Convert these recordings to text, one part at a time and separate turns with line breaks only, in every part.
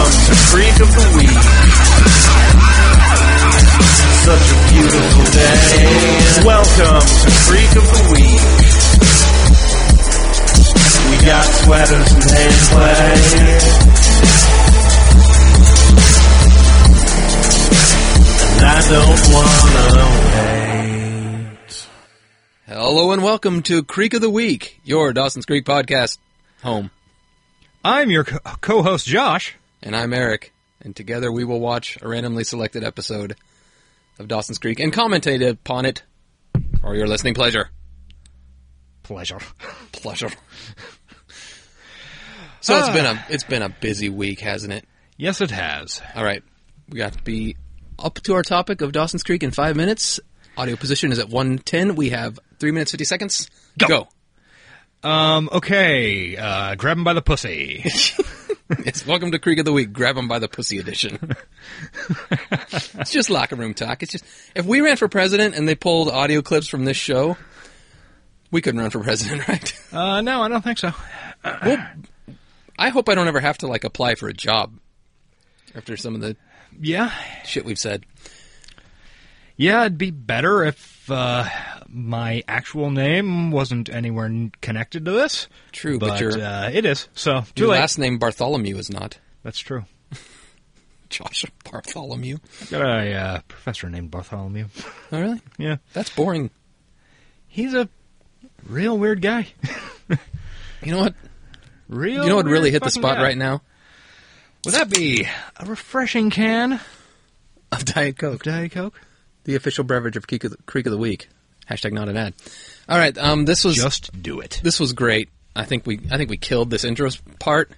freak of the week. Such a beautiful day. Welcome to Freak of the Week. We got sweaters and hand play. And I don't wanna wait.
Hello and welcome to Creek of the Week, your Dawson's Creek podcast home.
I'm your co- co-host Josh.
And I'm Eric, and together we will watch a randomly selected episode of Dawson's Creek and commentate upon it for your listening pleasure.
Pleasure.
Pleasure. so it's been a it's been a busy week, hasn't it?
Yes, it has.
All right, we got to be up to our topic of Dawson's Creek in five minutes. Audio position is at one ten. We have three minutes fifty seconds.
Go.
Go.
Um. Okay. Uh, grab him by the pussy.
It's welcome to Creek of the Week. Grab 'em by the pussy edition. it's just locker room talk. It's just if we ran for president and they pulled audio clips from this show, we couldn't run for president, right?
uh, no, I don't think so.
I hope I don't ever have to like apply for a job after some of the
Yeah.
shit we've said.
Yeah, it'd be better if uh, my actual name wasn't anywhere n- connected to this.
True,
but
but, your,
uh, it is. So too
your
late.
last name Bartholomew is not
That's true.
Josh Bartholomew.
I've got a uh, professor named Bartholomew.
Oh, really?
Yeah,
That's boring.
he's a real weird guy.
You know what?
real.
You know what
weird
really hit the
fucking
spot
guy.
right now?
Would that be a refreshing can
Of Diet Coke.
Diet Coke?
the official beverage of Creek of the, Creek of the Week. Hashtag not an ad. All right, um, this was
Just do it.
this was great. I think we I think we killed this intro part.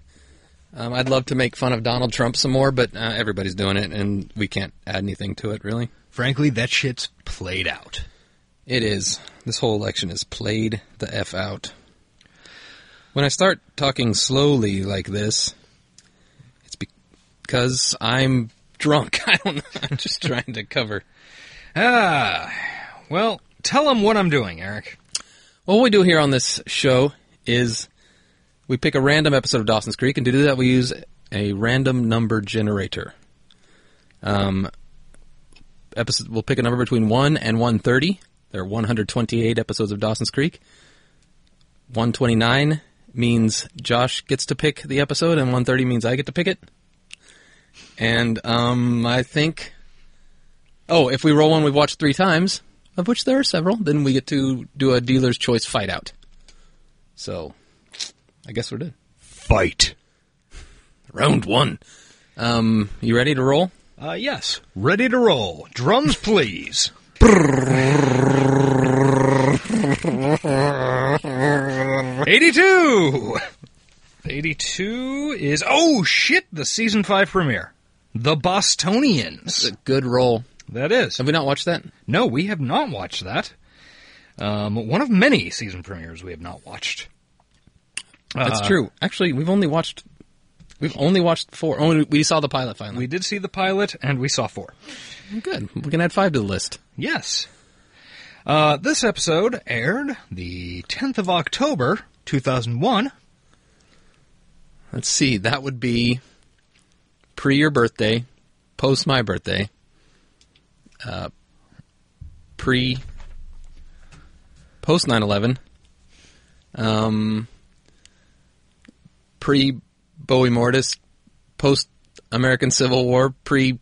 Um, I'd love to make fun of Donald Trump some more, but uh, everybody's doing it, and we can't add anything to it. Really,
Frankly, that shit's played out.
it is this whole election is played the f out. When I start talking slowly like this, it's because I'm drunk. I don't know. I'm just trying to cover.
Ah, well, tell them what I'm doing, Eric.
Well, what we do here on this show is we pick a random episode of Dawson's Creek, and to do that, we use a random number generator. Um, episode, we'll pick a number between 1 and 130. There are 128 episodes of Dawson's Creek. 129 means Josh gets to pick the episode, and 130 means I get to pick it. And um, I think. Oh, if we roll one we've watched three times, of which there are several, then we get to do a dealer's choice fight out. So, I guess we're done.
Fight.
Round one. Um, you ready to roll?
Uh, yes. Ready to roll. Drums, please. Eighty-two. Eighty-two is oh shit! The season five premiere, The Bostonians.
Good roll.
That is.
Have we not watched that?
No, we have not watched that. Um, one of many season premieres we have not watched.
That's
Uh,
true. Actually, we've only watched. We've only watched four. Only we saw the pilot
We
finally.
did see the pilot, and we saw four.
Good. We can add five to the list.
Yes. Uh, this episode aired the 10th of October, 2001.
Let's see. That would be pre your birthday, post my birthday, uh, pre post 9/11, um, pre Bowie Mortis, post American Civil War, pre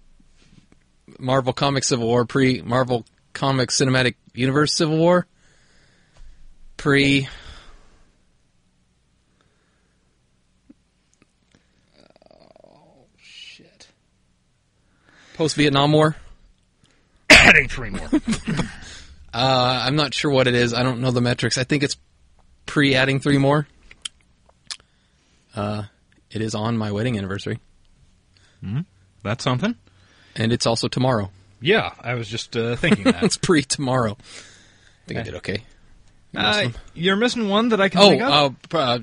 Marvel Comics Civil War, pre Marvel Comics Cinematic Universe Civil War, pre. shit. Post Vietnam War.
Adding three more.
Uh, I'm not sure what it is. I don't know the metrics. I think it's pre adding three more. Uh, it is on my wedding anniversary,
That's something.
and it's also tomorrow.
Yeah, I was just uh, thinking that.
It's pre tomorrow. I think I did okay.
uh, you're missing one that I can
Oh,
think of?
uh, pr- uh,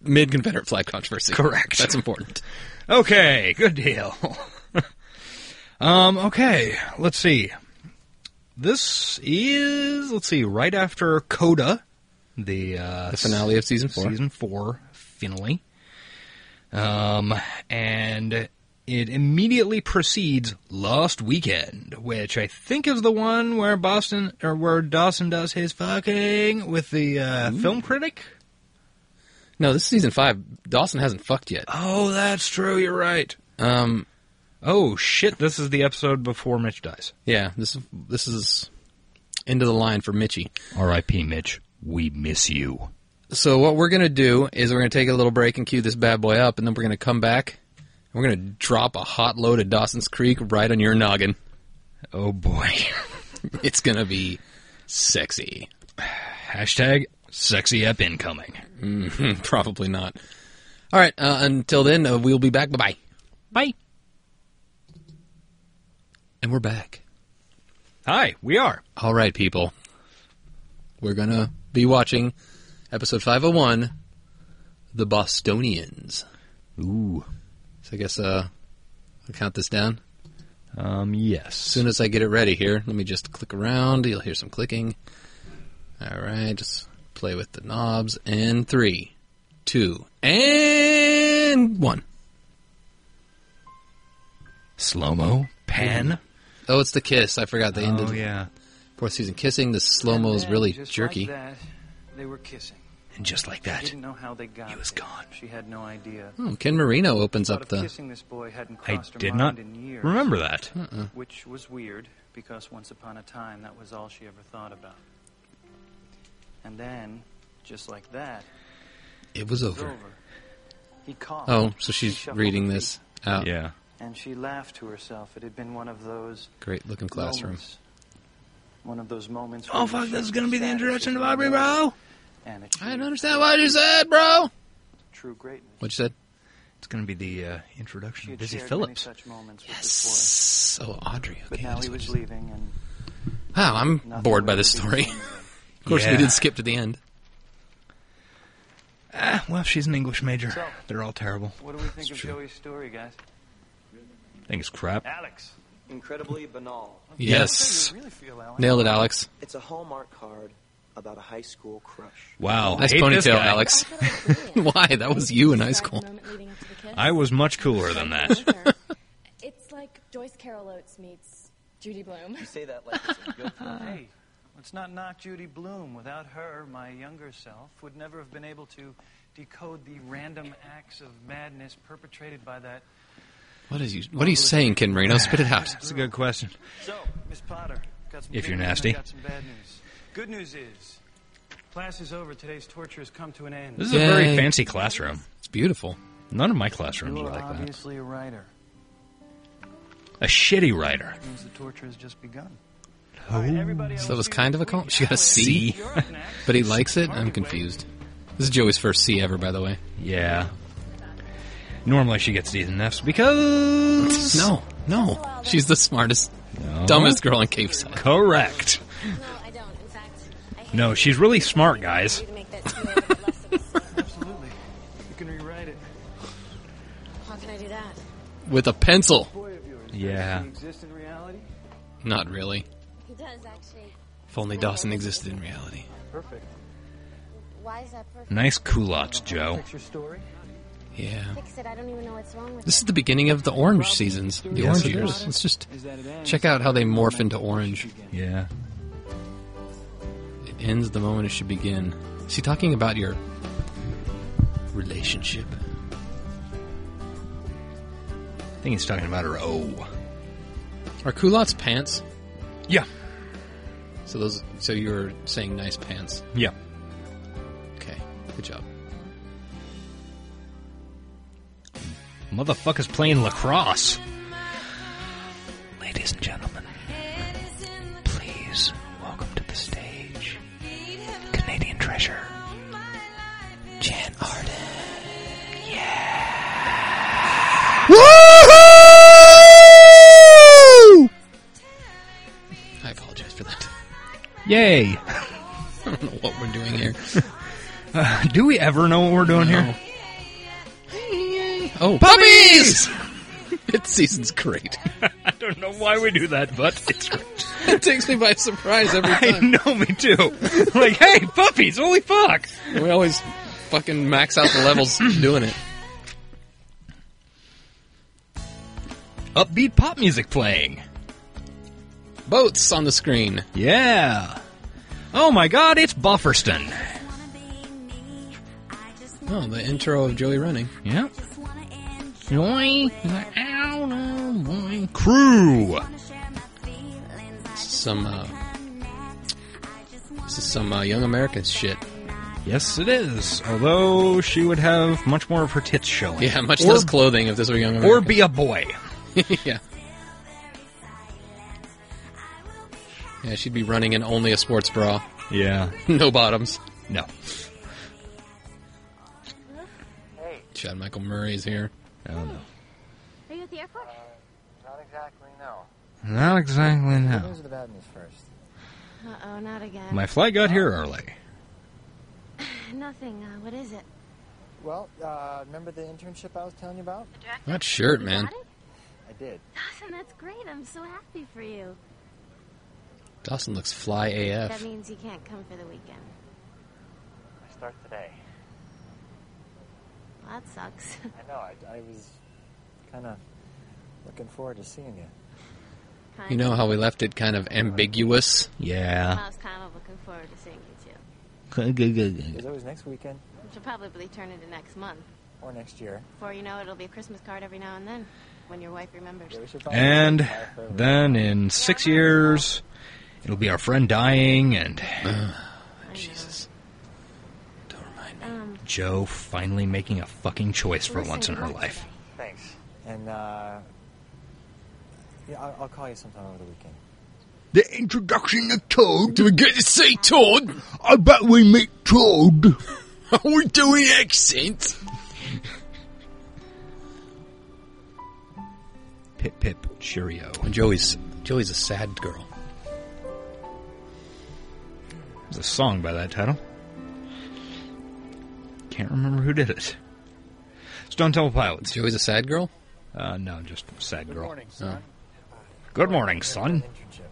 mid Confederate flag controversy.
Correct.
That's important.
Okay, good deal. um, okay, let's see. This is let's see, right after Coda, the uh,
The finale of season four.
season four finale. Um, and It immediately precedes Last Weekend, which I think is the one where Boston or where Dawson does his fucking with the uh, film critic.
No, this is season five. Dawson hasn't fucked yet.
Oh, that's true. You're right.
Um,
Oh shit! This is the episode before Mitch dies.
yeah, this is this is end of the line for Mitchie.
R.I.P. Mitch. We miss you.
So what we're gonna do is we're gonna take a little break and cue this bad boy up, and then we're gonna come back. and We're gonna drop a hot load of Dawson's Creek right on your noggin.
Oh boy.
It's gonna be sexy.
Hashtag sexy up incoming.
Probably not. All right. Uh, until then, uh, we'll be back. Bye bye.
Bye.
And we're back.
Hi, we are.
All right, people. We're going to be watching episode 501 The Bostonians.
Ooh.
So I guess uh, I'll count this down.
Um. Yes.
As soon as I get it ready here, let me just click around. You'll hear some clicking. All right, just play with the knobs. And three, two, and one.
Slow mo. Pan.
Oh, it's the kiss. I forgot they ended
Oh yeah.
fourth season kissing. The slow mo is
Then,
really
just
jerky.
Like that, they were kissing.
And just like that,
Didn't know how they got. He
was gone.
She had no idea.
Oh, Ken Marino opens
Thought
up
of
the.
kissing this boy hadn't
I
crossed her
did
mind
not
in years,
remember that.
Uh-uh.
which was weird because once upon a time that was all she ever thought about. And then, just like that,
It was
it was
over.
over. He called.
Oh, so she's
She shuffled
reading
her
this
feet,
out.
Yeah.
And she laughed to herself. It had been one of those
Great looking classroom.
moments- One of those moments.
Oh
when
fuck!
she
This is gonna be the
status
introduction to
is
Aubrey,
rewarded
bro.
and
I didn't
achieved
understand what you said, bro.
True greatness.
What you said?
It's gonna be the uh, introduction
She
to
had
Busy
shared many
Phillips.
such moments with this boy,
Yes. Oh, Audrey.
but
Okay.
now
that's
he
what
was
you said.
leaving, and
Wow, I'm
nothing
bored by
would
this
ever
story.
be
of
the same.
course,
Yeah.
we did skip to the end.
Ah, well, she's an English major.
So-
They're all terrible.
What do we think of
true.
Joey's story, guys?
Thing is crap.
Alex,
Incredibly banal.
Yes.
How do you really feel, Alex?
Nailed it, Alex.
It's a Hallmark card about a high school crush.
Wow.
Nice
Oh, hate this
ponytail,
guy.
Alex. Why? That was you in high school.
I was much cooler than that.
it's like Joyce Carol Oates meets Judy Bloom.
You say that like it's a good thing.
Hey, let's not knock Judy Bloom. Without her, my younger self would never have been able to decode the random acts of madness perpetrated by that.
What is you? What are you saying, Ken Marino? Spit it out.
That's a good question.
So, Miss Potter, got some
If
good
you're
news and I
nasty.
got some bad news. Good news is, class is over. Today's torture has come to an end.
This is a very
Yay.
fancy classroom.
It's beautiful.
None of my classrooms
you
are
are
like that.
obviously a writer.
A shitty writer.
means the torture has just begun. All right, everybody, I
Oh, So
will
that was
see you
kind of a
next week.
con- she got a
Alex,
C?
you're up next.
But he likes it. I'm
Market
confused. This is Joey's first C ever, by the way.
Yeah. Normally she gets D's and F's because
No, no. She's the smartest, dumbest girl in Cave Side.
Correct.
No, I don't. In fact, I hate
No,
it.
she's really smart, guys.
To make that too late of a lesson.
wait. Absolutely. You can rewrite it.
How can I do that?
With a pencil.
Boy of yours.
Yeah.
Does he exist in reality?
Not really.
He does actually.
If only Dawson existed in reality.
Perfect.
Why is that perfect?
Nice culottes, Joe.
Fix your story.
Yeah.
Fix it. I don't even know what's wrong with
This
it.
is the beginning of the orange seasons, the
Yes,
orange
it
years.
is.
Let's just
Is that it ends?
check out how they morph into orange.
Yeah.
It ends the moment it should begin. Is he talking about your relationship?
I think he's talking about her O.
Are culottes pants?
Yeah.
So those. So you were saying nice pants.
Yeah.
Okay. Good job.
Motherfucker's playing lacrosse. Ladies and gentlemen, please welcome to the stage Canadian treasure, Jan Arden.
I apologize for that.
Yay!
I don't know what we're doing here.
Do we ever know what we're doing here?
Oh, puppies! Fifth season's great.
I don't know why we do that, but it's great.
it takes me by surprise every
I
time.
know me too. like, hey, puppies! Holy fuck!
We always fucking max out the levels doing it.
upbeat pop music playing.
Boats on the screen.
Yeah. Oh my god, it's Bufferston.
Oh, the intro of Joey running.
Yep. Joy, Crew.
Some, uh, this is some uh, young American shit.
Yes, it is. Although she would have much more of her tits showing.
Yeah, much
Or-
less clothing if this were young
Or
American.
be a boy.
yeah. Yeah, she'd be running in only a sports bra,
Yeah.
no bottoms.
No.
Hey,
Chad Michael Murray is here.
I don't know.
Are you at the airport?
not exactly, no.
Not exactly no.
Here's the bad news first.
Uh oh, not again.
My flight got here early.
Nothing. Uh, what is it?
Well, uh, remember the internship I was telling you about?
That shirt,
You
man.
got it?
I did.
Dawson, that's great. I'm so happy for you.
Dawson looks fly
That
AF.
means you can't come for the weekend.
I start today.
Well, that sucks.
I know, I, I was kind of looking forward to seeing you.
Kind
You
of.
know how we left it kind of ambiguous?
Yeah.
I was kind of looking forward to seeing you too.
There's always next weekend
Which will probably turn into next month.
or next year.
Before you know it, it'll be a Christmas card every now and then when your wife remembers.
Yeah,
Oh,
we should find
And
out.
then in six years, it'll be our friend dying and
I know.
Jesus. Don't remind me.
Um,
Joe finally making a fucking choice for
listen,
once in
good
her
luck
life.
today.
Thanks. And, uh, yeah, I'll, I'll call you sometime over the weekend.
The introduction of Toad.
Do we get to say Todd?
I bet we meet Toad.
Are we doing accents?
Pip pip cheerio.
Joey's Joey's a sad girl.
There's a song by that title. Can't remember who did it. Stone Temple Pilots.
Joey's a sad girl?
Uh, no, just sad girl.
son.
Good morning, son.
Internship.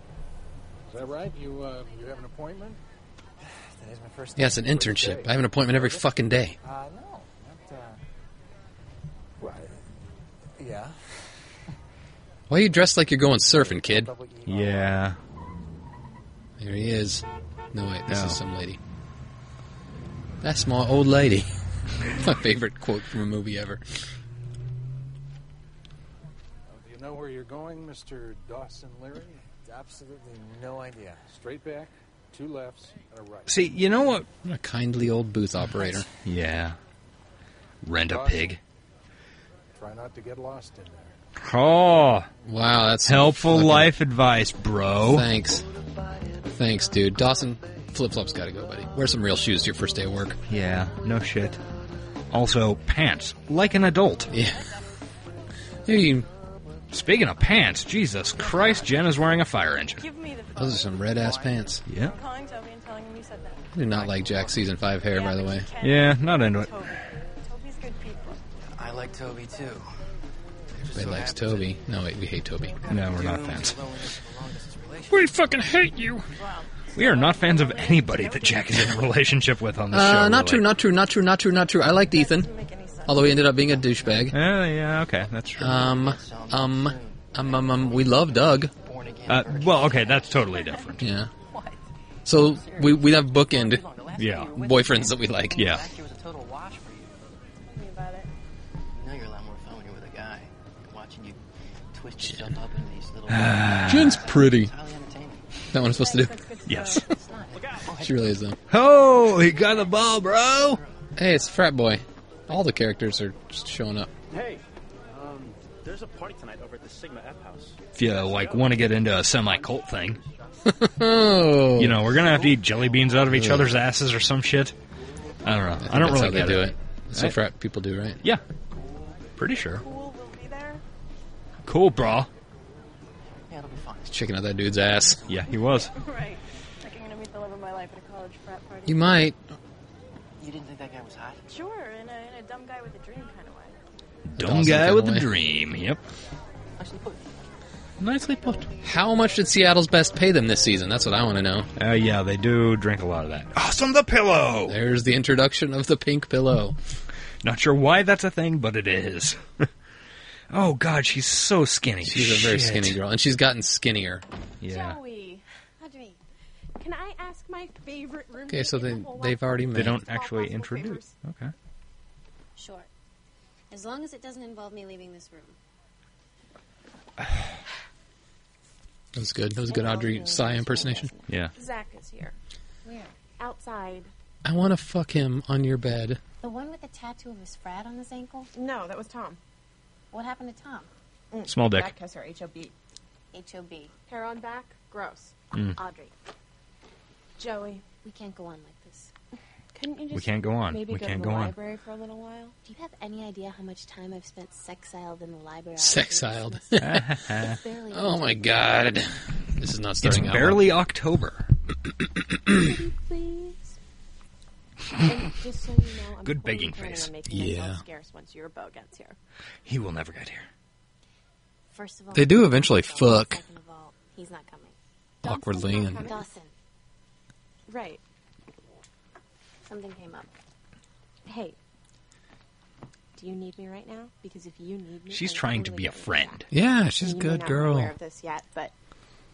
Is that right? You uh, you have an appointment?
Today's my first
Yeah, it's an internship. I have an appointment every fucking day.
Uh, no, not, uh, well, yeah.
Why are you dressed like you're going surfing, kid?
Double E.
Yeah.
There he is. No, wait, this
No.
is some lady. That's my old lady. my favorite quote from a movie ever.
Uh, do you know where you're going, Mr. Dawson Leary?
Absolutely no idea.
Straight back, two lefts, and a right.
See, you know what?
What a kindly old booth operator.
Yeah. Rent a pig.
Try not to get lost in there.
Oh,
Wow, that's some
helpful
fucking-
life advice, bro.
Thanks. Thanks, dude. Dawson, flip flops gotta go, buddy. Wear some real shoes to your first day of work.
Yeah, no shit. Also, pants. Like an adult.
Yeah. Hey,
Speaking of pants, Jesus Christ, Jen is wearing a fire engine.
Give me the phone.
those are some red ass pants.
Yeah.
I'm calling Toby and telling him you said that.
I do not like Jack's season five hair, by the way.
Yeah, not into it.
Toby. Toby's good people.
I like Toby too.
They likes Toby. No, wait, we hate Toby.
No, we're not fans.
Relationship.
We fucking hate you. We are not fans of anybody that Jack is in a relationship with on the show.
Uh, not
really.
true, not true, not true, not true, not true. I liked Ethan,
Doesn't make any sense.
although he ended up being a douchebag.
Uh, yeah, okay, that's true.
Um, um, um, um, um, we love Doug.
Born again.
Uh, well, okay, that's totally different.
Yeah. So we we have bookend
Yeah.
boyfriends that we like.
Yeah.
Last year was a total wash for
Tell
you.
me about it.
You know you're a lot more fun when you're with a guy. Watching you twist yourself up in these little. It's
Jen's pretty.
highly entertaining.
That one I'm supposed to do.
That's good to
Yes.
know.
She really is though.
Oh, he got the ball, bro.
Hey, it's Frat Boy. All the characters are just showing up.
Hey,
There's a party tonight over at the Sigma F House.
If you like want to get into a semi-cult thing,
Oh,
you know, we're gonna have to eat jelly beans out of each other's asses or some shit. I don't know. I, don't
that's
really
how they
get
do it. That's what
Right.
frat people do, right?
Yeah, pretty sure.
Cool, we'll be there.
Cool, bro.
Yeah, it'll be fun.
Checking out that dude's ass.
Yeah, he was.
Right. Like I'm gonna meet the love of my life at a college frat party.
You might.
You didn't think that guy was hot?
Sure, in a, in a dumb guy with a dream kind of way.
Dumb
Dawson
guy
came
with a
away.
dream. Yep.
Actually, put.
Nicely put.
How much did Seattle's best pay them this season? That's what I want to know.
Uh, yeah, they do drink a lot of that. Awesome, the pillow.
There's the introduction of the pink pillow.
Not sure why that's a thing, but it is. Oh God, she's so skinny.
She's a very
Shit.
skinny girl, and she's gotten skinnier.
Yeah.
Joey, Audrey, can I ask my favorite roommate?
Okay, so
in the
they
whole
they've
wide
already
world?
met.
They don't
All
actually
possible
introduce.
favors.
Okay.
Sure. As long as it doesn't involve me leaving this room.
That was good. That was a good Audrey Psy impersonation.
Yeah.
Zach is here.
Where? Outside.
I want to fuck him on your bed.
The one with the tattoo of his frat on his ankle?
No, that was Tom.
What happened to Tom?
Small dick.
Zach has her HOB.
H.O.B.
Hair on back, gross.
Mm.
Audrey,
Joey,
we can't go on like this.
couldn't you just
can't go on.
Maybe
We
go
can't
to the
go on.
library for a little while.
Do you have any idea how much time I've spent sexiled in the library?
Sexiled.
It's barely
Oh my god. This is not
It's
starting out.
barely October.
Please. And just so you know, I'm
Good
totally
begging
planning
face.
on making
Yeah.
myself scarce once your bow gets here.
He will never get here.
First of all,
They do eventually fuck.
Second of all, he's not coming.
well. awkwardly. And
Dawson,
Right.
something came up.
Hey. Do you need me right now? Because if you need me,
She's
I'm
trying to
totally
be a
getting you
friend.
back.
yeah, she's a
You may
good
not be Aware
girl.
of this yet, but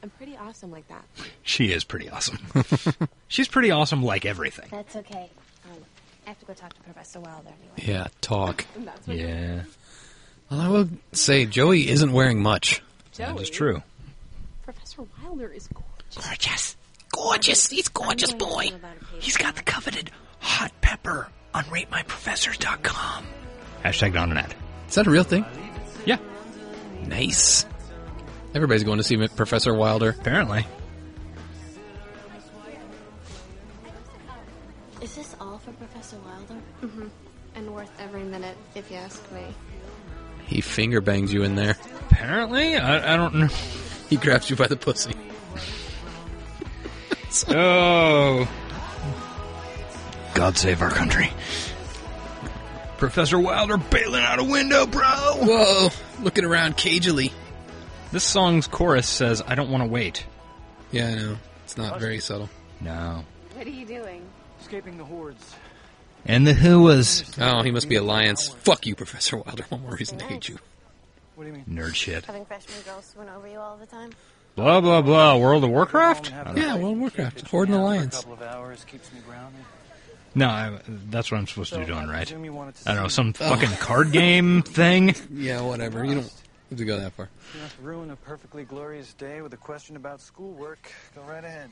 I'm pretty awesome like that.
She is pretty awesome. She's pretty awesome, like everything.
That's okay. Um, I have to go talk to Professor Wilder anyway.
Yeah, talk.
And that's what
Yeah,
Well, I will say Joey isn't wearing much.
Joey,
that is true.
Professor Wilder is gorgeous.
Gorgeous, gorgeous. He's gorgeous
I'm going to tell him about a paper
got the coveted hot pepper on RateMyProfessors.com. Hashtag on an ad.
Is that a real thing?
Yeah,
Nice. Everybody's going to see Mi- Professor Wilder.
apparently.
Is this all for Professor Wilder?
Mm-hmm. and worth every minute, if you ask me.
He finger bangs you in there.
Apparently, I, I don't know.
He grabs you by the pussy.
Oh. God save our country. Professor Wilder bailing out a window, bro!
Whoa! Looking around cagily.
This song's chorus says, I don't want to wait.
Yeah, I know. It's not very subtle.
No.
What are you doing?
Escaping the hordes.
And the Who was
Oh, he must be Alliance. Fuck you, Professor Wilder. One more reason to hate you.
What do you mean?
nerd shit.
Having freshman girls swoon over you all the time?
Blah, blah, blah. World of Warcraft?
Home, have
I
a
don't-
Yeah,
fight,
World of
kick
Warcraft,
it
Horde and
down for
Alliance.
A couple of hours keeps me grounded.
No, I, that's what I'm supposed to be
So,
doing,
I
right?
presume you wanted to
I don't know,
see
some fucking card game thing?
Yeah, whatever. You don't have to go that far.
You must ruin a perfectly glorious day with a question about schoolwork. Go right ahead.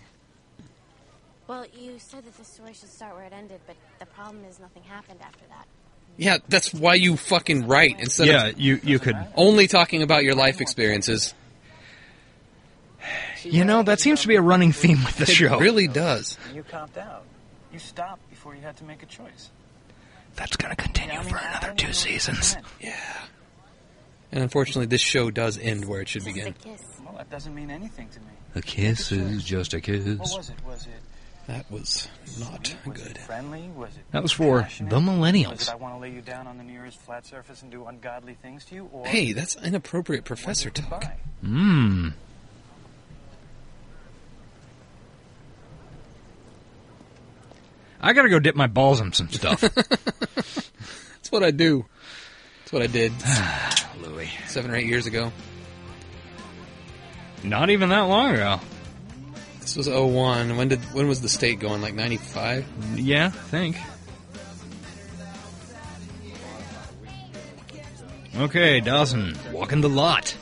Well, you said that the story should start where it ended, but the problem is nothing happened after that.
Yeah, that's why you fucking write instead
Yeah,
of
you, you could.
only talking about your life experiences.
You know, that seems to be a running theme with the
it
show.
really does.
And you copped out. You stopped before you had to make a choice.
That's gonna continue
I mean,
for
I
another
don't know
two
what you
seasons.
meant.
And unfortunately, this show does end where it should
Just a
begin.
kiss.
Well, that doesn't mean anything to me.
A kiss is just a
What
kiss.
was it? Was it
That was not
Was
good.
it friendly? Was it
That was for
passionate?
the millennials.
Was it, I want to lay you down on the nearest flat surface and do ungodly things to you? Or
Hey, that's inappropriate
was
professor
it
talk.
goodbye?
Mmm. I gotta go dip my balls in some stuff.
That's what I do. That's what I did
Louis.
seven or eight years ago.
Not even that long ago.
This was 01. When did when was the state going? Like 95?
Yeah, I think. Okay, Dawson, walking the lot.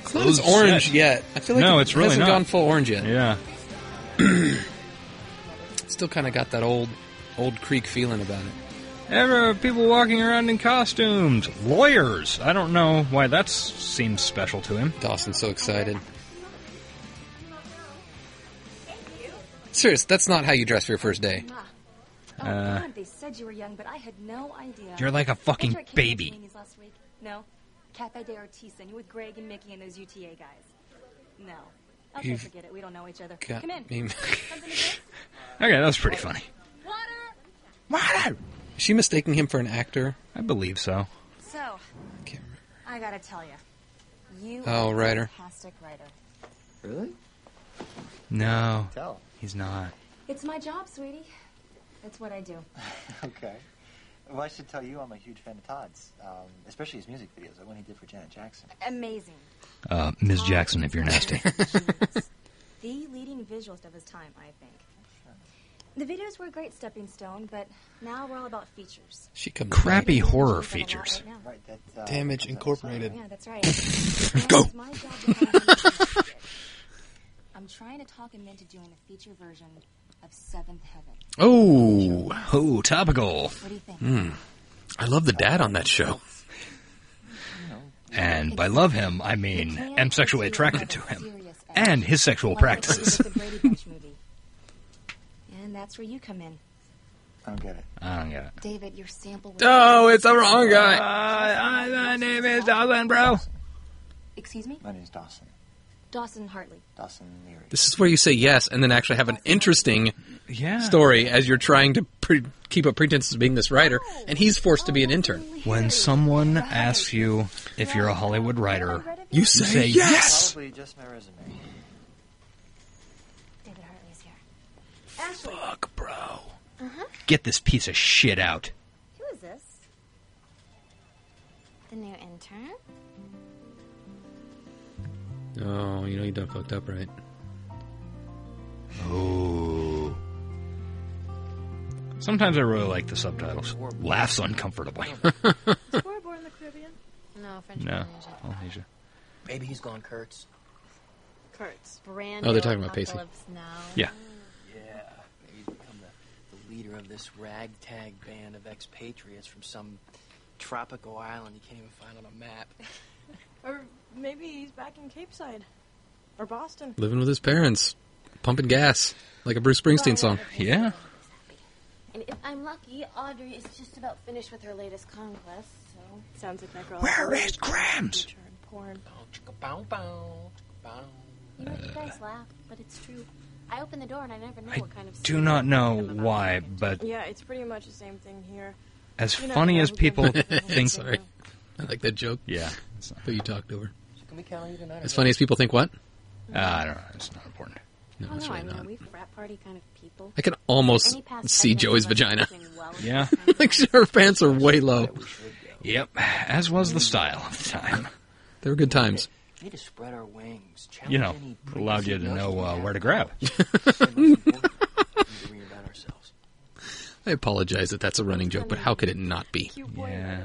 It's not as
Closed
orange
set.
yet. I feel like
No,
it
it's really
hasn't
not.
gone full orange yet.
Yeah.
It's still kind of got that old old creek feeling about it.
Ever people walking around in costumes. Lawyers. I don't know why that seems special to him.
Dawson's so excited. Serious, that's not how you dress for your first day.
Oh,
Uh.
God, they said you were young, but I had no idea.
You're like a
After
fucking
I came to
baby.
Sweeney's Last week, no. Cafe de Ortiz, and you with Greg and Mickey and those UTA guys. No. Okay,
You've
forget it. We don't know each other.
Got
Come in.
me-
Something to drink?
Okay, that was pretty funny.
Water!
Is she mistaking him for an actor?
I believe so.
So,
I can't remember.
I gotta tell you. You
Oh,
are
writer.
a fantastic writer.
Really?
No,
Tell.
he's not.
It's my job, sweetie. It's what I do.
Okay.
Well, I should tell you, I'm a huge fan of Todd's, um, especially his music videos, the one he did for Janet Jackson.
Amazing.
Uh, Ms. Jackson, if you're nasty.
the leading visualist of his time, I think. The videos were a great stepping stone, but now we're all about features.
She comes
Crappy
back.
horror features.
Damage Incorporated.
Yeah, that's right. And it's my job to find out what the feature is. I'm trying to talk him into doing a feature version of Seventh Heaven.
Oh, oh, topical.
What do you think?
Mm. I love the dad on that show. And by love him, I mean am sexually attracted to him and his sexual
Like I did
practices.
with the Brady Bunch movie. And that's where you come in.
I don't get it.
I don't get it.
David, your sample was...
Oh, it's the wrong guy.
Uh,
my name is Dawson, bro.
Excuse me?
My name's Dawson.
Dawson Hartley.
Dawson Neary.
This is where you say yes and then actually have an interesting
Yeah.
story as you're trying to pre- keep up pretense of being this writer, and he's forced to be an
Oh,
intern.
When someone asks you if you're a Hollywood writer,
You say yes.
Probably just my resume.
David Hartley is here. Ashley. Fuck,
bro.
Uh-huh.
Get this piece of shit out.
Who is this? The new intern?
Oh, you know you done fucked up, right?
Oh. Sometimes I really like the subtitles. Laughs uncomfortably.
born in the Caribbean? No, French
no.
Polynesia.
Polynesia.
Maybe he's gone Kurtz.
Kurtz. Brand
Oh, they're talking about Pacey.
Now.
Yeah.
Yeah. Maybe he's become the, the leader of this ragtag band of expatriates from some tropical island you can't even find on a map.
Or maybe he's back in Cape Side. Or Boston.
Living with his parents, pumping gas like a Bruce Springsteen song.
Yeah.
And if I'm lucky, Audrey is just about finished with her latest conquest, so. Sounds like that girl.
Where is Grams?
Porn.
Bow, bow, bow.
You know, you guys laugh, but it's true. I open the door and I never know what kind of.
Do not know why, but
Yeah, it's pretty much the same thing here.
as
You know,
funny as
I'm
people
gonna-
think.
Sorry. I like that joke.
Yeah.
But you talked over.
Can we count on you tonight?
As funny as people think what?
Uh, I don't know. It's not important.
No,
oh,
it's
no, I
really
mean,
not.
are we frat party kind of people?
I can almost
Any past
see
evidence
Joey's
of us
vagina.
fucking well-
Yeah.
like her pants are way low.
Yep. As was the style of the time.
They were good times.
We need to spread our wings. Challenge
You know,
any
allowed you to know uh, where to grab.
worry about ourselves.
I apologize that that's a running joke, but how could it not be?
Yeah.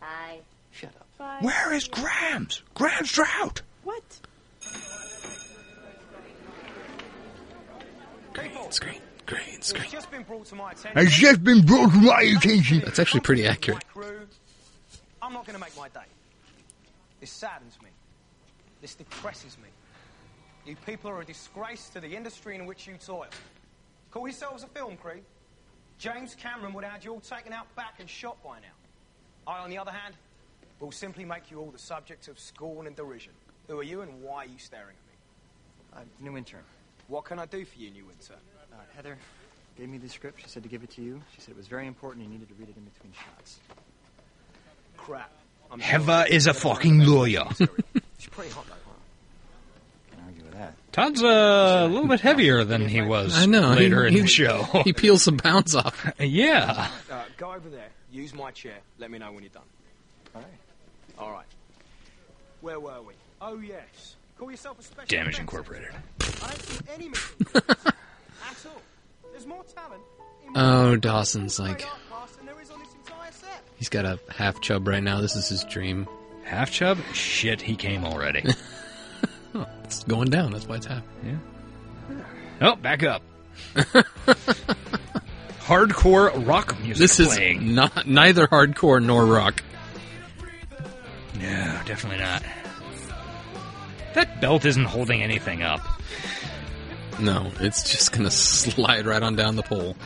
Bye.
Shut up.
Bye.
Where is Grams? Grams Drought!
What?
Green screen. Green screen.
just been brought to my attention.
Has just been brought to my attention.
That's actually pretty accurate.
Crew, I'm not going to make my day. This saddens me. This depresses me. You people are a disgrace to the industry in which you toil. Call yourselves a film crew. James Cameron would have you all taken out back and shot by now. I, on the other hand, will simply make you all the subject of scorn and derision. Who are you and why are you staring at me?
I'm new intern.
What can I do for you, new intern?
Uh, Heather gave me the script. She said to give it to you. She said it was very important. You needed to read it in between shots.
Crap. I'm
Heva
sorry.
is a fucking lawyer.
She's pretty hot, though.
Can argue with that.
Todd's uh, a little bit heavier than he was
I know.
later
he,
in
he-
the show.
He peels some pounds off.
yeah.
Uh, go over there. Use my chair. Let me know when you're done.
All right.
All right. Where were we? Oh yes. Call yourself a special.
Damage
effects
Incorporated.
expert. I don't see any materials at all. There's more talent. in my
Uh,
Oh, Dawson's like,
art class than there is on this entire set.
he's got a half chub right now. This is his dream.
Half chub? Shit, he came already.
Oh, it's going down. That's why it's half.
Yeah. Oh, back up. Hardcore rock music
This is
playing.
not neither hardcore nor rock.
No, definitely not. That belt isn't holding anything up.
No, it's just gonna slide right on down the pole.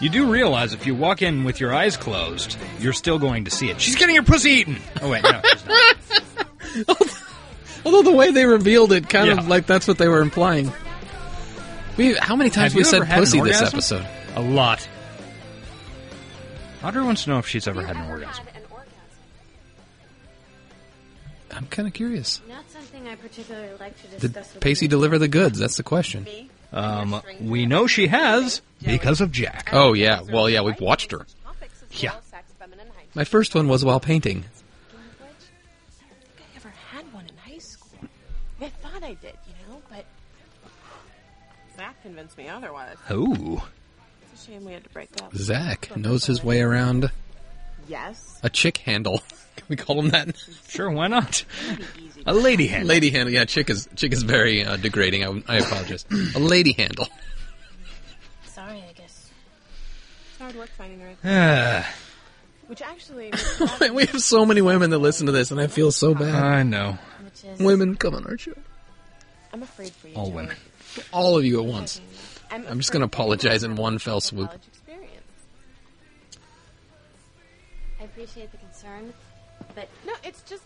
You do realize if you walk in with your eyes closed, you're still going to see it. She's getting her pussy eaten. Oh wait, no. she's not.
Although the way they revealed it, kind
Yeah.
of like that's what they were implying. We how many
Have
times we
you
said
ever had an
pussy this
orgasm?
episode?
A lot. Audrey wants to know if she's ever had an
Ever
orgasm.
had an orgasm?
I'm kind of curious.
Not something I particularly like to
Did
discuss with
Pacey
you.
deliver the goods? That's the question.
Me?
Um, we know she has because of Jack.
Oh yeah, well yeah, we've watched her.
Yeah.
My first one was while painting.
I ever had one in high school. I, mean, I thought I did, you know, but
Zach convinced me otherwise.
Ooh,
It's a shame we had to break up.
Zach knows his way around
Yes.
a chick handle. Can we call him that?
Sure, why not? A lady handle.
Lady handle. Yeah, chick is chick is very uh, degrading. I, I apologize. a lady handle.
Sorry, I guess. It's hard work finding the right
Ah.
Which actually,
we have so many women that listen to this, and I feel so bad.
I know.
Which is-
Women, come on our show.
I'm afraid for you.
All
Joey.
women. All of you at once.
I'm
I'm just going to apologize in one fell swoop.
College experience.
I appreciate the concern, but no, it's just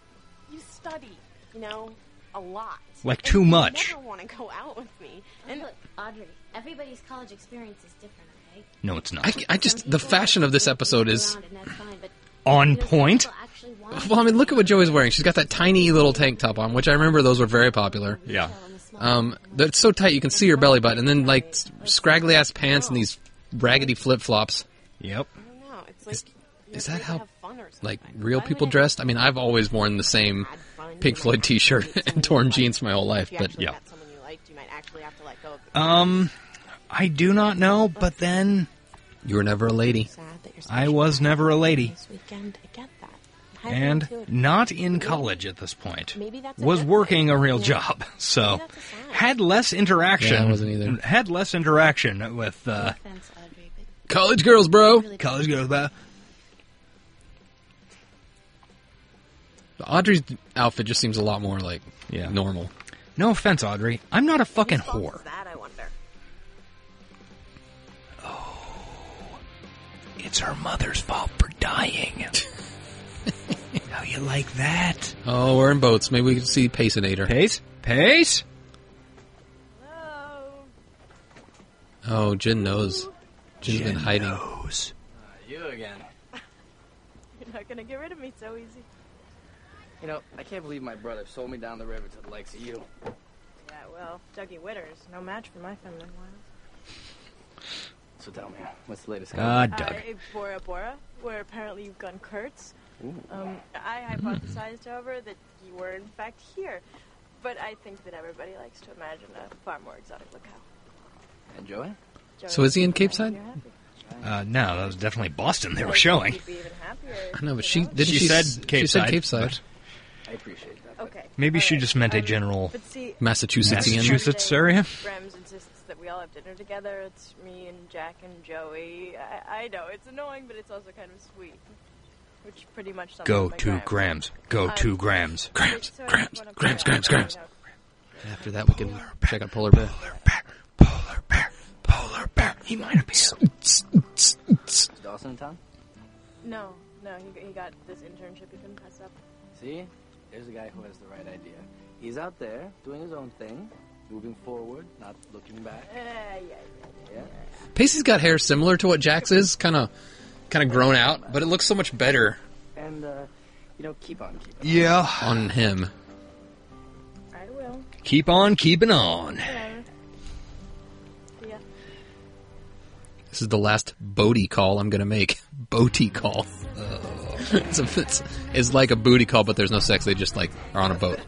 you study, you know, a lot.
Like too much.
want to go out with me. And look, Audrey, everybody's college experience is different, okay?
No, it's not.
I, I just the fashion of this episode is
And that's fine, but
on point.
well. I mean, look at what Joey's wearing. She's got that tiny little tank top on, which I remember those were very popular.
Yeah.
Um, that's so tight you can see your belly button, and then like s- scraggly ass pants and these raggedy flip flops.
Yep.
I don't know. It's like you're
Is that
afraid to
how
have fun or something.
like real people dressed? I mean, I've always worn the same Pink Floyd T-shirt and torn jeans my whole life,
If you
but Uh,
actually met someone you liked, you might actually have to let go of the
Um, I do not know, but then
you were never a lady.
I was never a lady,
this weekend. I get that. I'm highly
and
intuitive.
not in college at this point.
Maybe that's a
Was
good
working a real
Yeah.
job, so had less interaction.
Yeah, I wasn't either.
Had less interaction with uh,
college girls, bro.
College girls, bro.
Audrey's outfit just seems a lot more like normal.
No offense, Audrey. I'm not a fucking whore.
that I wonder.
It's her mother's fault for dying. How you like that?
Oh, we're in boats. Maybe we can see Pacinator.
Pace? Pace?
Oh, Jin knows. Jin's been hiding.
You again.
You're not gonna get rid of me so easy.
You know, I can't believe my brother sold me down the river to the likes of you.
Yeah, well, Dougie Witter's no match for my feminine wiles.
So tell me, what's the latest?
Ah,
gossip?
Doug.
Uh, Bora Bora, where apparently you've gone Kurtz.
Ooh.
Um, I hypothesized, however, that you were in fact here, but I think that everybody likes to imagine a far more exotic locale.
And Joey?
Joey,
So is he in Cape
I think
Side?
you're happy.
Uh, no, that was definitely Boston they
I
were
think
showing.
you'd be even happier if
I know, but
you
she
know.
didn't.
She
She,
said
s-
Cape
she said
Side,
Cape Side.
I appreciate that.
Okay.
Maybe she
alright.
just meant a
Um,
general
but see,
Massachusettsian.
Massachusetts
Saturday,
area?
Rams insists that we all have dinner together. It's me and Jack and Joey. I, I know it's annoying, but it's also kind of sweet. Which pretty much sums
Go
up my
two grams. Go two grams. Grams,
so I
grams,
just wanna
grams,
point
grams,
out,
grams.
you know,
After that, we can check out polar bear.
Polar bear. He might have been.
Is Dawson in town?
No, no, he, he got this internship he couldn't pass up.
See? There's a guy who has the right idea. He's out there doing his own thing, moving forward, not looking back.
Uh, yeah,
Yeah?
Pacey's got hair similar to what Jack's is, kind of, kind of grown out, but it looks so much better
And, uh, you know, keep on keeping
Yeah.
on him.
I will.
Keep on keeping on.
Whatever. Yeah.
This is the last Bodie call I'm gonna make. Boaty call. it's, a, it's, it's like a booty call, but there's no sex. They just like are on a boat.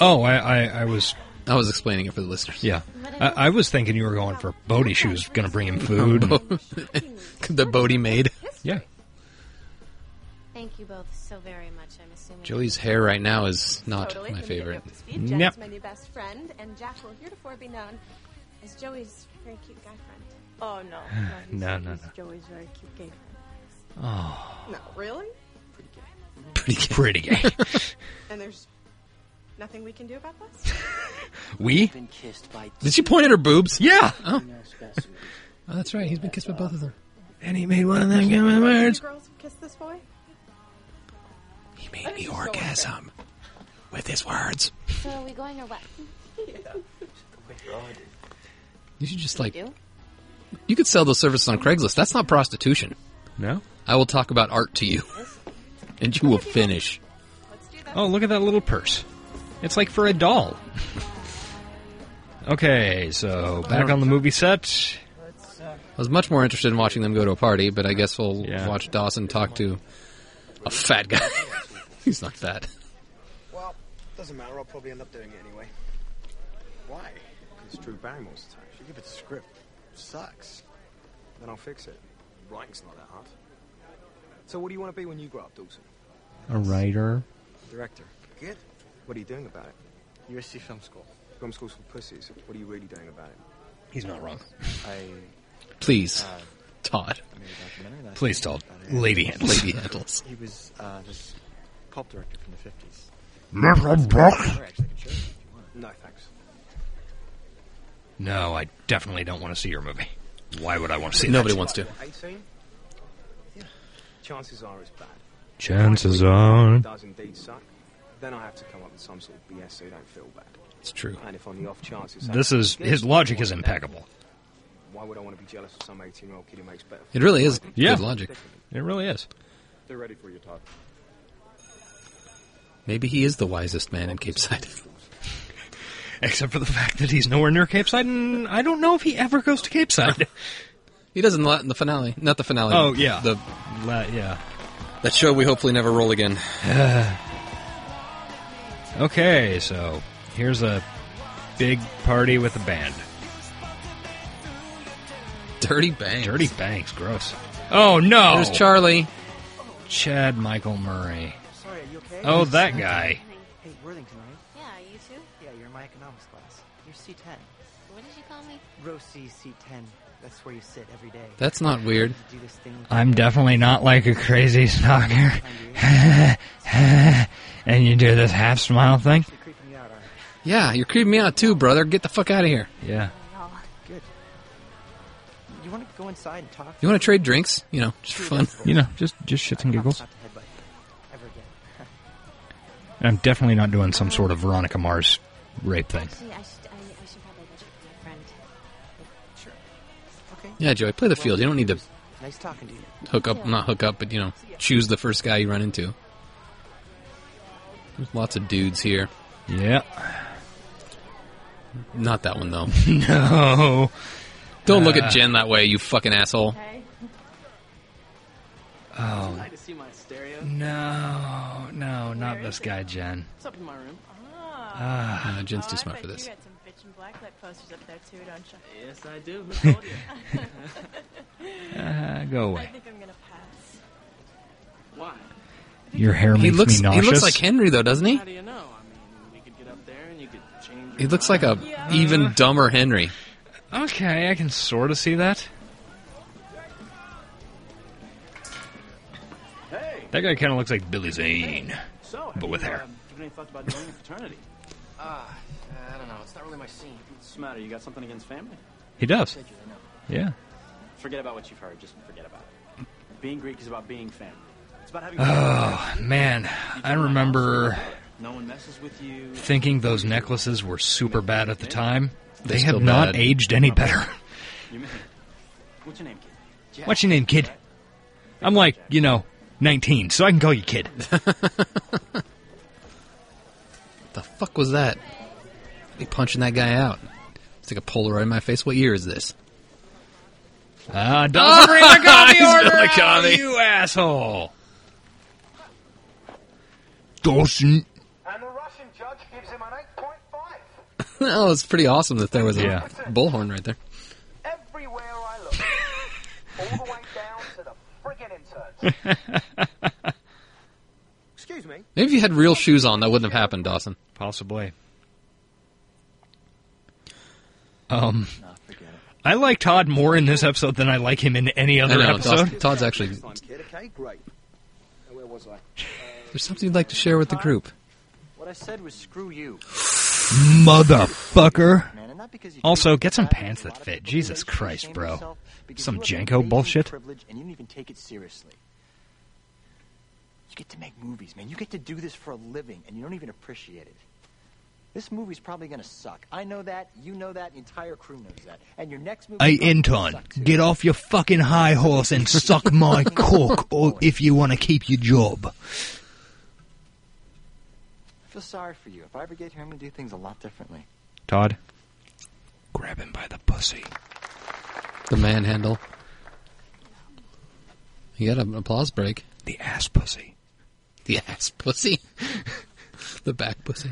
Oh, I, I, I was.
I was explaining it for the listeners.
Yeah. I, I was thinking you were going for Bodhi. She was going to bring him food.
the Bodie maid.
yeah.
Thank you both so very much. I'm assuming.
Joey's hair right now is not
totally.
my
Let me get you
favorite.
up to speed. Jack's
Yep.
my new best friend, and Jack will heretofore be known as Joey's very cute guy friend. Oh no, no, he's,
No, no,
he's
no.
Joey's very cute gay friend.
Oh,
No, really?
Pretty good.
pretty gay.
And there's nothing we can do about this.
we?
been kissed by
Did she point at her boobs?
Yeah.
Oh,
two specimens.
oh that's right. He's been kissed by both of them.
And he made one of them give me
you
words.
girls kiss this boy?
He made me orgasm with his words.
So are we going or what?
You should just like you could sell those services on Craigslist. That's not prostitution.
No?
I will talk about art to you, and you will finish.
Let's do that.
Oh, look at that little purse. It's like for a doll. Okay, so back on the movie set.
I was much more interested in watching them go to a party, but I guess we'll watch Dawson talk to a fat guy. He's not fat.
Well, doesn't matter. I'll probably end up doing it anyway. Why? Because Drew Barrymore's the type. She give it a script. Sucks. Then I'll fix it. Writing's not that hard. So what do you want to be when you grow up, Dawson?
A writer.
Director. Good. What are you doing about it? USC Film School. Film School's for pussies. What are you really doing about it?
He's not wrong.
I
Please, Todd.
Please, Todd. Lady handles.
Lady handles.
He was uh, this pulp director from the 50s.
Metal box.
Sorry, actually, I can show you if you want.
No, thanks.
No, I definitely don't want to see your movie. Why would I want to see?
Nobody
that?
wants to.
18? Yeah. Chances are it's bad.
Chances are.
It does indeed suck. Then I have to come up with some sort of BS so you don't feel bad.
It's true.
And if on the off chance it's
This is his logic is impeccable.
Why would I want to be jealous of some 18 year old kid who makes better?
It really is
Yeah.
good logic.
It really is.
They're ready for your talk.
Maybe he is the wisest man in Cape Side.
Except for the fact that he's nowhere near Cape Side, and I don't know if he ever goes to Cape Side.
he doesn't in the finale. Not the finale.
Oh, yeah.
The
La- yeah.
that show we hopefully never roll again.
okay, so here's a big party with a band.
Dirty Banks.
Dirty Banks, gross. Oh no!
There's Charlie.
Chad Michael Murray.
Sorry, are you okay?
Oh, that guy.
Hey, Worthington, right?
Yeah, you too?
Yeah, you're in my economics class. You're C10.
What did you call me?
Row C, C10. That's where you sit every day.
That's not weird.
You do this thing.
I'm definitely not like a crazy stalker. and you do this half smile thing?
Yeah, you're creeping me out too, brother. Get the fuck out of here.
Yeah.
Good. You want to go inside and talk?
You want to trade drinks? You know, just for fun.
You know, just just shits and giggles.
Not to headbutt you ever again.
I'm definitely not doing some sort of Veronica Mars rape thing.
Actually, I should, I, I should probably go check with my friend.
Sure. Okay.
Yeah, Joey, play the field. You don't need to
Nice talking to you.
hook up, not hook up, but you know, choose the first guy you run into. There's lots of dudes here.
Yeah.
Not that one though.
No.
Don't look at
Uh,
Jen that way, you fucking asshole.
Okay.
Oh.
Nice to see my stereo.
No, no, not this guy, Jen.
It's up in my room.
Ah.
No, Uh, Jen's
oh,
too
I
smart
bet
for this.
You got some bitch and blacklight posters up there too, don't you?
Yes, I do. Who told you?
Uh, go
I
away.
think I'm gonna pass.
Why?
Your hair makes
He looks
me
he
nauseous.
looks like Henry though, doesn't he?
How do you know? I mean, we could get up there and you could change. Your
He looks like a
mind.
even dumber Henry.
Okay, I can sort of see that.
Hey.
That guy kind of looks like Billy Zane,
So, have
but with
you,
hair.
Uh, given any thought about joining a fraternity?
Ah, I don't know. It's not really my scene.
What's the matter? You got something against family?
He does.
Said you, I know.
Yeah.
Forget about what you've heard. Just forget about it. Being Greek is about being family. It's about having.
Oh man, I remember
No one messes with you.
thinking those necklaces were super bad at the time.
They're
They have
still
not
bad.
aged any better.
You mean? What's your name, kid?
What's your name, kid? I'm like, you know, 19, so I can call you kid.
The fuck was that? He punching that guy out. It's like a Polaroid in my face. What year is this?
Ah, Dawson ran the
He's
coffee order
really
out,
commie.
you asshole!
Dawson.
And the Russian judge gives him an 8.5.
oh, it's pretty awesome that there was a
Yeah.
bullhorn right there.
Everywhere I look. all the way down to the friggin' interns. Excuse me.
Maybe if you had real shoes on, that wouldn't have happened, Dawson.
Possibly. Um,
Nah, forget it.
I like Todd more in this episode than I like him in any other
I know,
episode.
Dawson- Todd's actually.
Next time, kid. Okay, great. Now, Where was I?
There's something you'd like to share with the group.
What I said was screw you.
Motherfucker.
Man, and not because you
Also,
can't
get some
decide to
pants
do a lot
that
of
fit.
people
Jesus
who shame
Christ, bro.
yourself because
Some
you have
Janko
amazing
bullshit.
privilege and you don't even take it seriously. You get to make movies, man. You get to do this for a living, and you don't even appreciate it. This movie's probably gonna suck. I know that. You know that. The entire crew knows that. And your next movie.
Hey,
probably gonna
Anton,
suck, too.
get off your fucking high horse and suck my cock or if you want to keep your job.
I feel sorry for you. If I ever get here, I'm gonna do things a lot differently.
Todd, grab him by the pussy.
The manhandle. You got an applause break.
The ass pussy.
The ass pussy. the back pussy.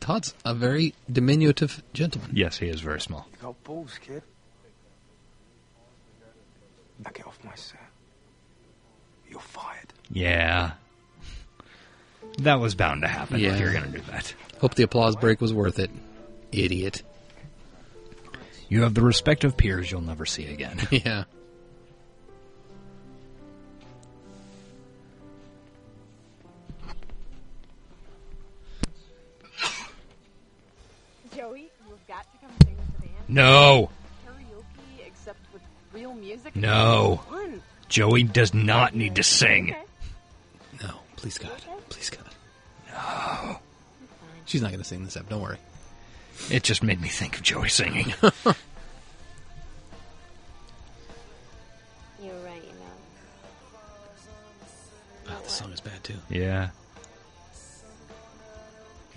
Todd's a very diminutive gentleman.
Yes, he is very small.
You got balls, kid. Now get off my set. You're fired.
Yeah. That was bound to happen
Yeah.
if you're going to do that.
Hope the applause break was worth it. Idiot.
You have the respect of peers you'll never see again.
Yeah.
Joey, you've got to come sing with the
Mm.
band.
No.
Karaoke, except with real music.
No.
Fun.
Joey does not need to sing.
No, please God. Please God. No. She's not going to sing this up. Don't worry.
It just made me think of Joey singing.
You're right, you know.
Wow, Oh, this song is bad too.
yeah.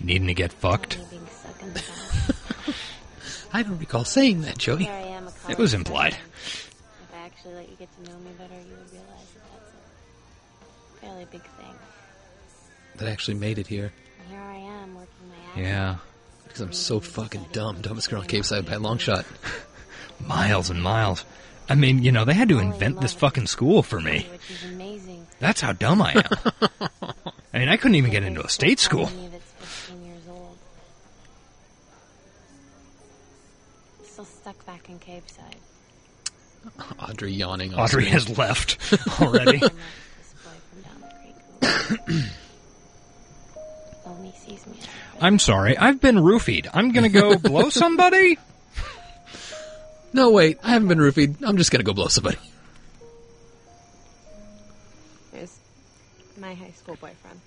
Needing to get fucked.
Me being stuck in the back.
I don't recall saying that, Joey.
Here I am, a college
It was
freshman.
implied.
If I actually let you get to know me better, you would realize that that's a fairly big thing.
That actually made it here.
And here I am working my ass
Yeah.
Because I'm so fucking dumb. Dumbest girl on Cape Side by a long shot.
Miles and miles. I mean, you know, they
Oh,
had to invent this fucking school for me.
which is amazing.
That's how dumb I am. I mean, I couldn't even get into a state school.
Me that's 15 years old. Still stuck back in Cape Side.
Audrey yawning. on
Audrey
screen.
has left already.
Only sees me.
I'm sorry. I've been roofied. I'm going to go blow somebody?
no, wait. I haven't been roofied. I'm just going to go blow somebody.
Is my high school boyfriend.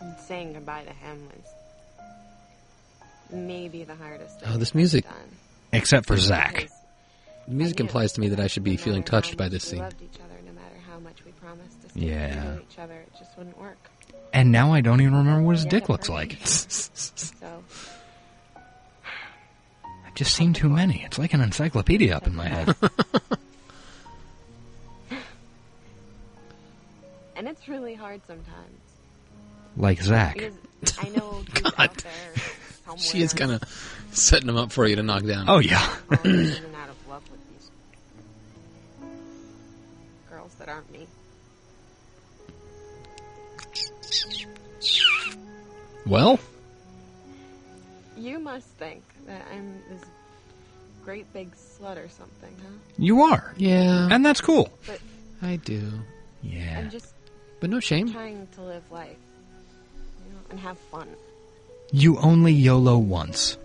And saying goodbye to him was maybe the hardest thing.
Oh, this music.
Except for Zach.
The music implies to me that I should be feeling touched by this
We
scene.
loved each other no matter how much we promised to stay
Yeah.
true to each other. It just wouldn't work.
And now I don't even remember what his
Yeah,
dick
but
looks
for me,
like.
So
I've just seen too many. It's like an encyclopedia up in my head.
and it's really hard sometimes.
like Zach.
Because I know he's out there somewhere.
She is kind of setting them up for you to knock down.
Oh, yeah.
always in and out of love with these girls that aren't me.
Well,
You must think that I'm this great big slut or something, huh?
you are.
Yeah.
And that's cool.
But
I do.
Yeah.
I'm just
But no shame.
trying to live life you know, and have fun.
You only YOLO once.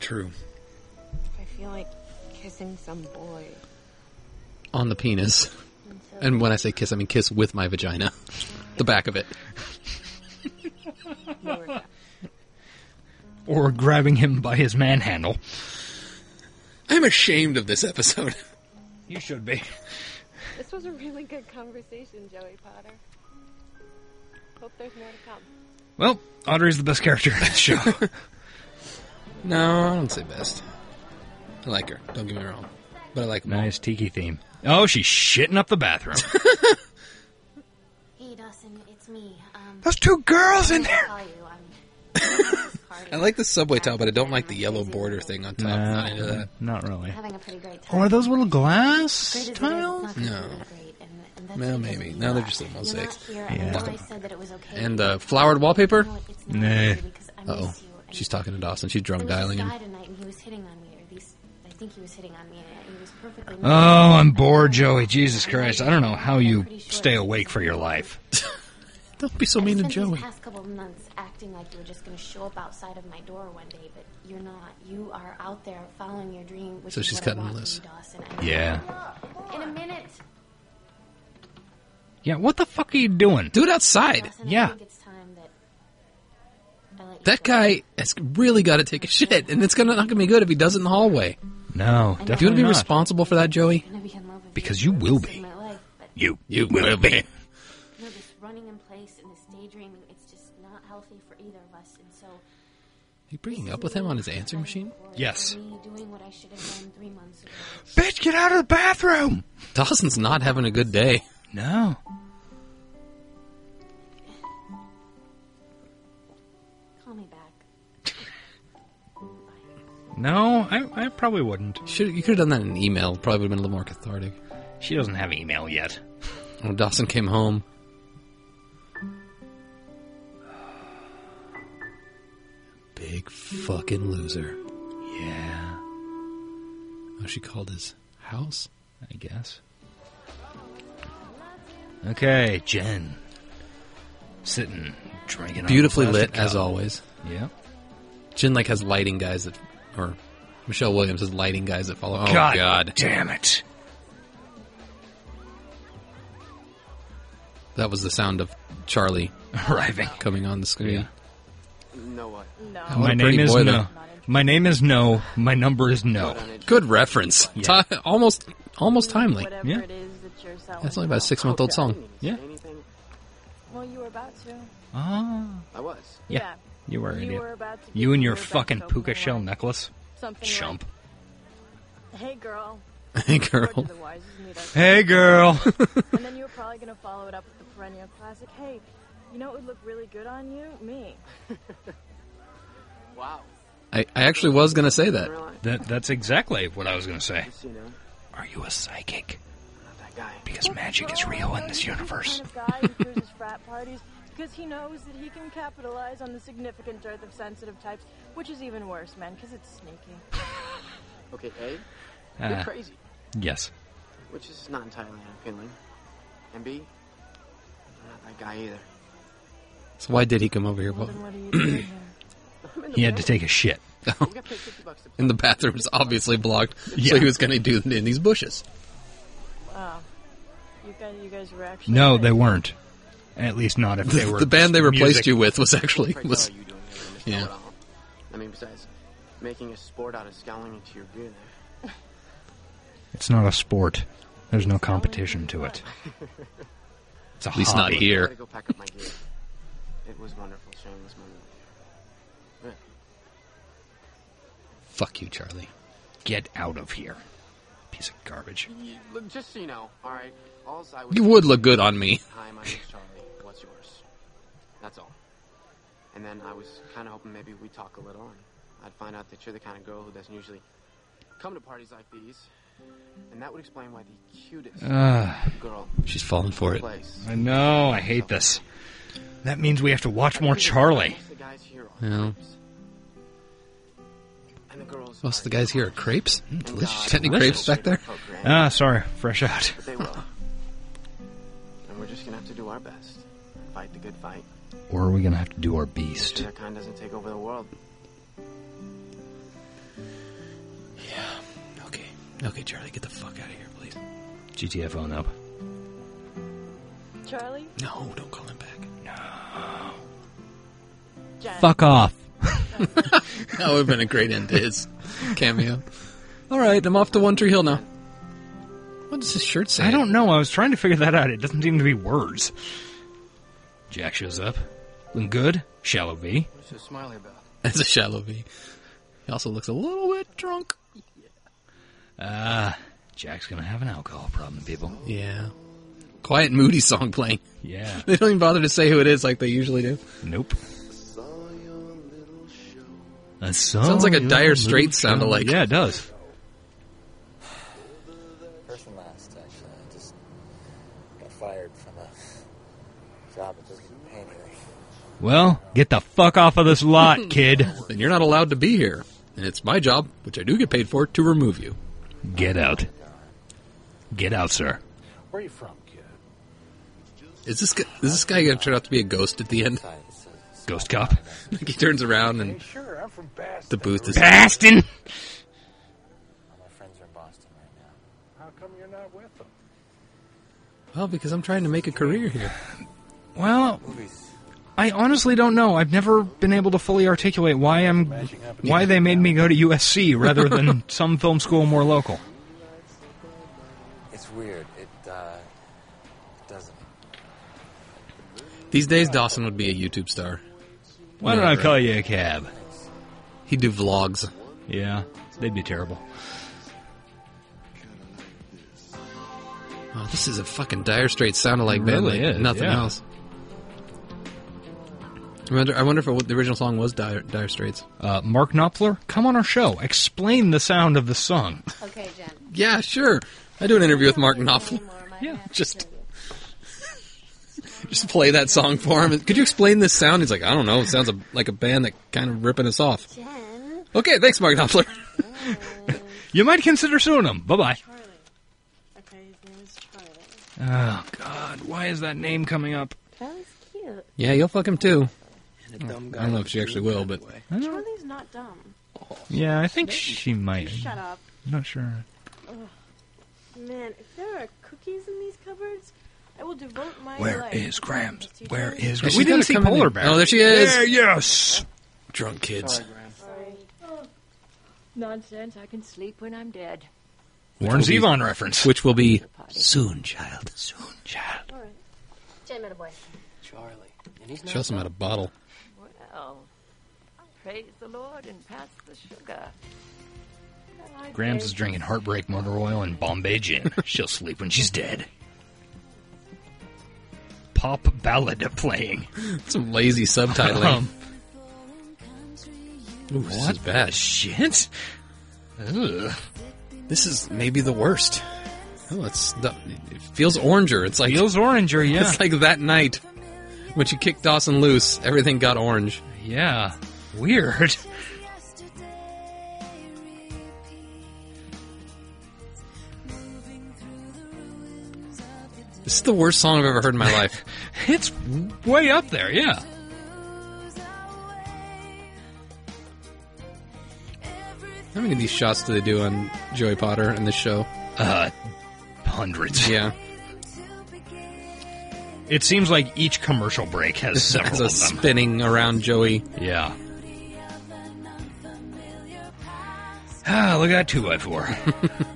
True.
If I feel like kissing some boy,
On the penis. And when I say kiss, I mean kiss with my vagina. the back of it.
you were down.
Or grabbing him by his manhandle.
I'm ashamed of this episode.
You should be.
This was a really good conversation, Joey Potter. Hope there's more to come.
Well, Audrey's the best character in this show.
No, I don't say best. I like her. Don't get me wrong. But I like them all.
nice tiki theme. Oh, she's shitting up the bathroom.
Hey, Dawson, it's me. Um,
There's two girls in there.
Call you. I'm
I like the subway tile, but I don't like the yellow border thing on top. Not into that.
not really.
having a pretty great time.
Or are those little
Great as
glass
it is,
tiles?
it's not
No.
completely Great, and, and that's
Well,
because
maybe.
you
Now they're
are.
just little
You're not
mosaics.
here, and I
Yeah.
know I said that it was okay.
And uh, flowered wallpaper?
No, it's not
Nah.
okay because I
Uh oh.
miss you. And
She's talking to Dawson. She's
there
drunk
was this
dialing him.
guy tonight, and he was hitting on me, or at least I think he was hitting on me, and he was perfectly.
Oh, I'm bored, Joey. Jesus Christ. I don't know how you stay awake for your life.
Don't be so
I
mean to
spent these
Joey.
past couple of months acting like you were just going to show up outside of my door one day, but you're not. You are out there following your dream, which
So
is
she's
what
cutting
I want
loose.
From you, Dawson. I-
Yeah.
In a minute,
Yeah, what the fuck are you doing?
Do it outside.
Dawson, I
Yeah.
think it's time that I let you
That
go.
guy has really got to take a shit, and it's gonna not gonna be good if he does it in the hallway.
No,
know.
Do you want
definitely
to be
not.
responsible for that, Joey?
I'm gonna be in love with
Because
you
you
for the
will
rest of
be.
my life, but
you, you will be.
you know, this running in place and this daydreaming, it's just not healthy for either of us. And so
You bringing up with him on his answering machine?
Yes.
Me doing what I should have done three months ago.
Bitch, get out of the bathroom!
Dawson's not having a good day.
No.
Call me back.
No, I, I probably wouldn't.
Should, you could have done that in email. Probably would have been a little more cathartic.
She doesn't have email yet.
When Dawson came home, big fucking loser.
Yeah.
Oh, she called his house.
I guess. Okay, Jen. Sitting, drinking. out of a
Beautifully
plastic
lit as
cup.
always.
Yeah.
Jin like has lighting guys that, or Michelle Williams has lighting guys that follow. Oh
God
God,
damn it.
That was the sound of Charlie
arriving,
coming on the screen.
No what?
No.
What a
My
pretty
name is
boy,
no. My name is no. My number is no.
Good reference.
Yeah.
Ti- almost, almost timely.
Whatever it is that you're selling.
That's only about a six-month-old song.
Yeah.
Well, you were about to.
Ah.
I was.
Yeah.
Yeah.
You were an
You
idiot.
were about to
you
get
and
your
your
back
fucking
open
puka
and
shell
like-
necklace.
Something like-
Chump.
Hey, girl.
Hey, girl.
Or to the wise, isn't it?
Hey, girl.
and then you were probably going to follow it up with the perennial classic. Hey, you know what would look really good on you? Me.
wow.
I, I actually was gonna say that.
That that's exactly what I was going to say.
Just, you know,
Are you a psychic?
that guy.
Because magic is real in this universe.
kind of guy who throws his frat parties because he knows that he can capitalize on the significant dearth of sensitive types, which is even worse, man, because it's sneaky.
Okay, A,
Ah.
Uh.
you're crazy,
Uh, Yes.
which is not entirely appealing. And B, I'm not that guy either.
So why did he come over here? Well,
He had to take a shit.
and the bathroom's obviously blocked, so
Yeah.
he was gonna do it in these bushes.
Wow. You guys, you guys were actually.
No, they weren't. At least not if they
The-
were.
the band they replaced
music.
you with was actually was
What the frick hell are you doing here, Mr.
yeah.
Know-It-All? I mean, besides making a sport out of scowling into your beer
It's not a sport. There's no competition to it.
there.
It's a
At least not
hobby.
here.
I gotta go pack up my gear. It was wonderful sharing this moment with you. Yeah.
Fuck you, Charlie.
Get out of here. Piece of garbage.
You- Look, just so you know, all right. All's I was
You would look good on me.
Hi, my name's Charlie. What's yours? That's all. And then I was kind of hoping maybe we'd talk a little, and I'd find out that you're the kind of girl who doesn't usually come to parties like these, and that would explain why the cutest
Ah.
girl.
She's falling for it.
Place.
I know. I hate this. That means we have to watch more Charlie.
Most of the guys here are,
Yeah.
and the girls.
Most of the guys here are crepes. Mm,
and
delicious.
God,
Got Any
I'm
crepes
so
back there?
sure they're
Ah, sorry. Fresh out.
But they will. and we're just gonna have to do our best. Fight the good fight.
Or are we gonna have to do our
Make
beast?
sure Their kind doesn't take over the world.
Okay, okay, Charlie, get the fuck out of here, please.
GTF on up.
Charlie?
No, don't call him back.
Jen.
Fuck off.
That would have been a great end to his cameo. All right, I'm off to One Tree Hill now. What does his shirt say?
I don't know. I was trying to figure that out. It doesn't seem to be words. Jack shows up. Looking good. Shallow V.
What's so smiley about?
That's a shallow V. He also looks a little bit drunk.
Ah, Jack's gonna have an alcohol problem, people.
Yeah. Quiet Moody song playing.
Yeah.
They don't even bother to say who it is like they usually do.
Nope. A song
Sounds like a
you
Dire
little
Straits sound
child.
alike.
Yeah, it does.
First and last, actually. I just got fired from a job that doesn't pay anything.
Well, get the fuck off of this lot, kid.
Then you're not allowed to be here. And it's my job, which I do get paid for, to remove you.
Get out. Get out, sir.
Where are you from, kid?
Is this guy, is this guy going to turn out to be a ghost at the end?
Ghost cop.
Like he turns around and
Sure, I'm from Bass.
the booth is
Bastin!
All my friends are in Boston right now.
How come you're not with them?
Well, because I'm trying to make a career here.
Well,
Movies.
I honestly don't know. I've never been able to fully articulate why I'm why they made me go to USC rather than some film school more local.
It's weird. It, uh, it doesn't.
These days, Dawson would be a YouTube star.
Why don't I call you a cab?
He'd do vlogs.
Yeah, they'd be terrible.
Oh, this is a fucking Dire Straits sounded like
It
band,
really
like
is,
nothing
yeah.
else. I wonder, I wonder if it, the original song was Dire, dire Straits.
Uh, Mark Knopfler, come on our show. Explain the sound of the song.
Okay, Jen.
Yeah, sure. I do an interview with Mark Knopfler. Yeah, just just play that song for him. Could you explain this sound? He's like, I don't know. It sounds a, like a band that kind of ripping us off. Okay, thanks, Mark Knopfler.
you might consider suing him. Bye bye.
Okay, his name is Charlie.
Oh God, why is that name coming up?
Charlie's cute.
Yeah, you'll fuck him too.
And
I don't know if she actually will, but
Charlie's not dumb.
Yeah, I think she might.
Shut up.
I'm not sure.
Ugh. Man, if there are cookies in these cupboards, I will devote my
Where
life.
is Grams? Where is?
Is she
we
gonna
didn't see
come in
Polar
there?
Bear.
Oh, there she is.
Yeah, yes.
drunk kids.
Nonsense. I can sleep when I'm dead.
Warren
Which will be-
Zevon reference.
which will be soon, child. Soon, child.
Jen met a boy.
Charlie. And he's
She also had a bottle.
Well, praise the Lord and pass the sugar. I
Grams is
gave-
drinking heartbreak motor oil and Bombay gin. She'll sleep when she's dead. Pop ballad playing.
Some lazy subtitling.
Um,
Ooh, this is bad.
Shit. Ugh.
This is maybe the worst. Oh, it's the, it feels oranger. It's like
feels oranger. Yeah.
It's like that night when she kicked Dawson loose. Everything got orange.
Yeah. Weird.
This is the worst song I've ever heard in my life.
it's way up there. Yeah.
How many of these shots do they do on Joey Potter in this show?
Uh, hundreds.
Yeah.
It seems like each commercial break has
This
several
is a
of them.
spinning around Joey.
Yeah. Ah, look at that 2x4.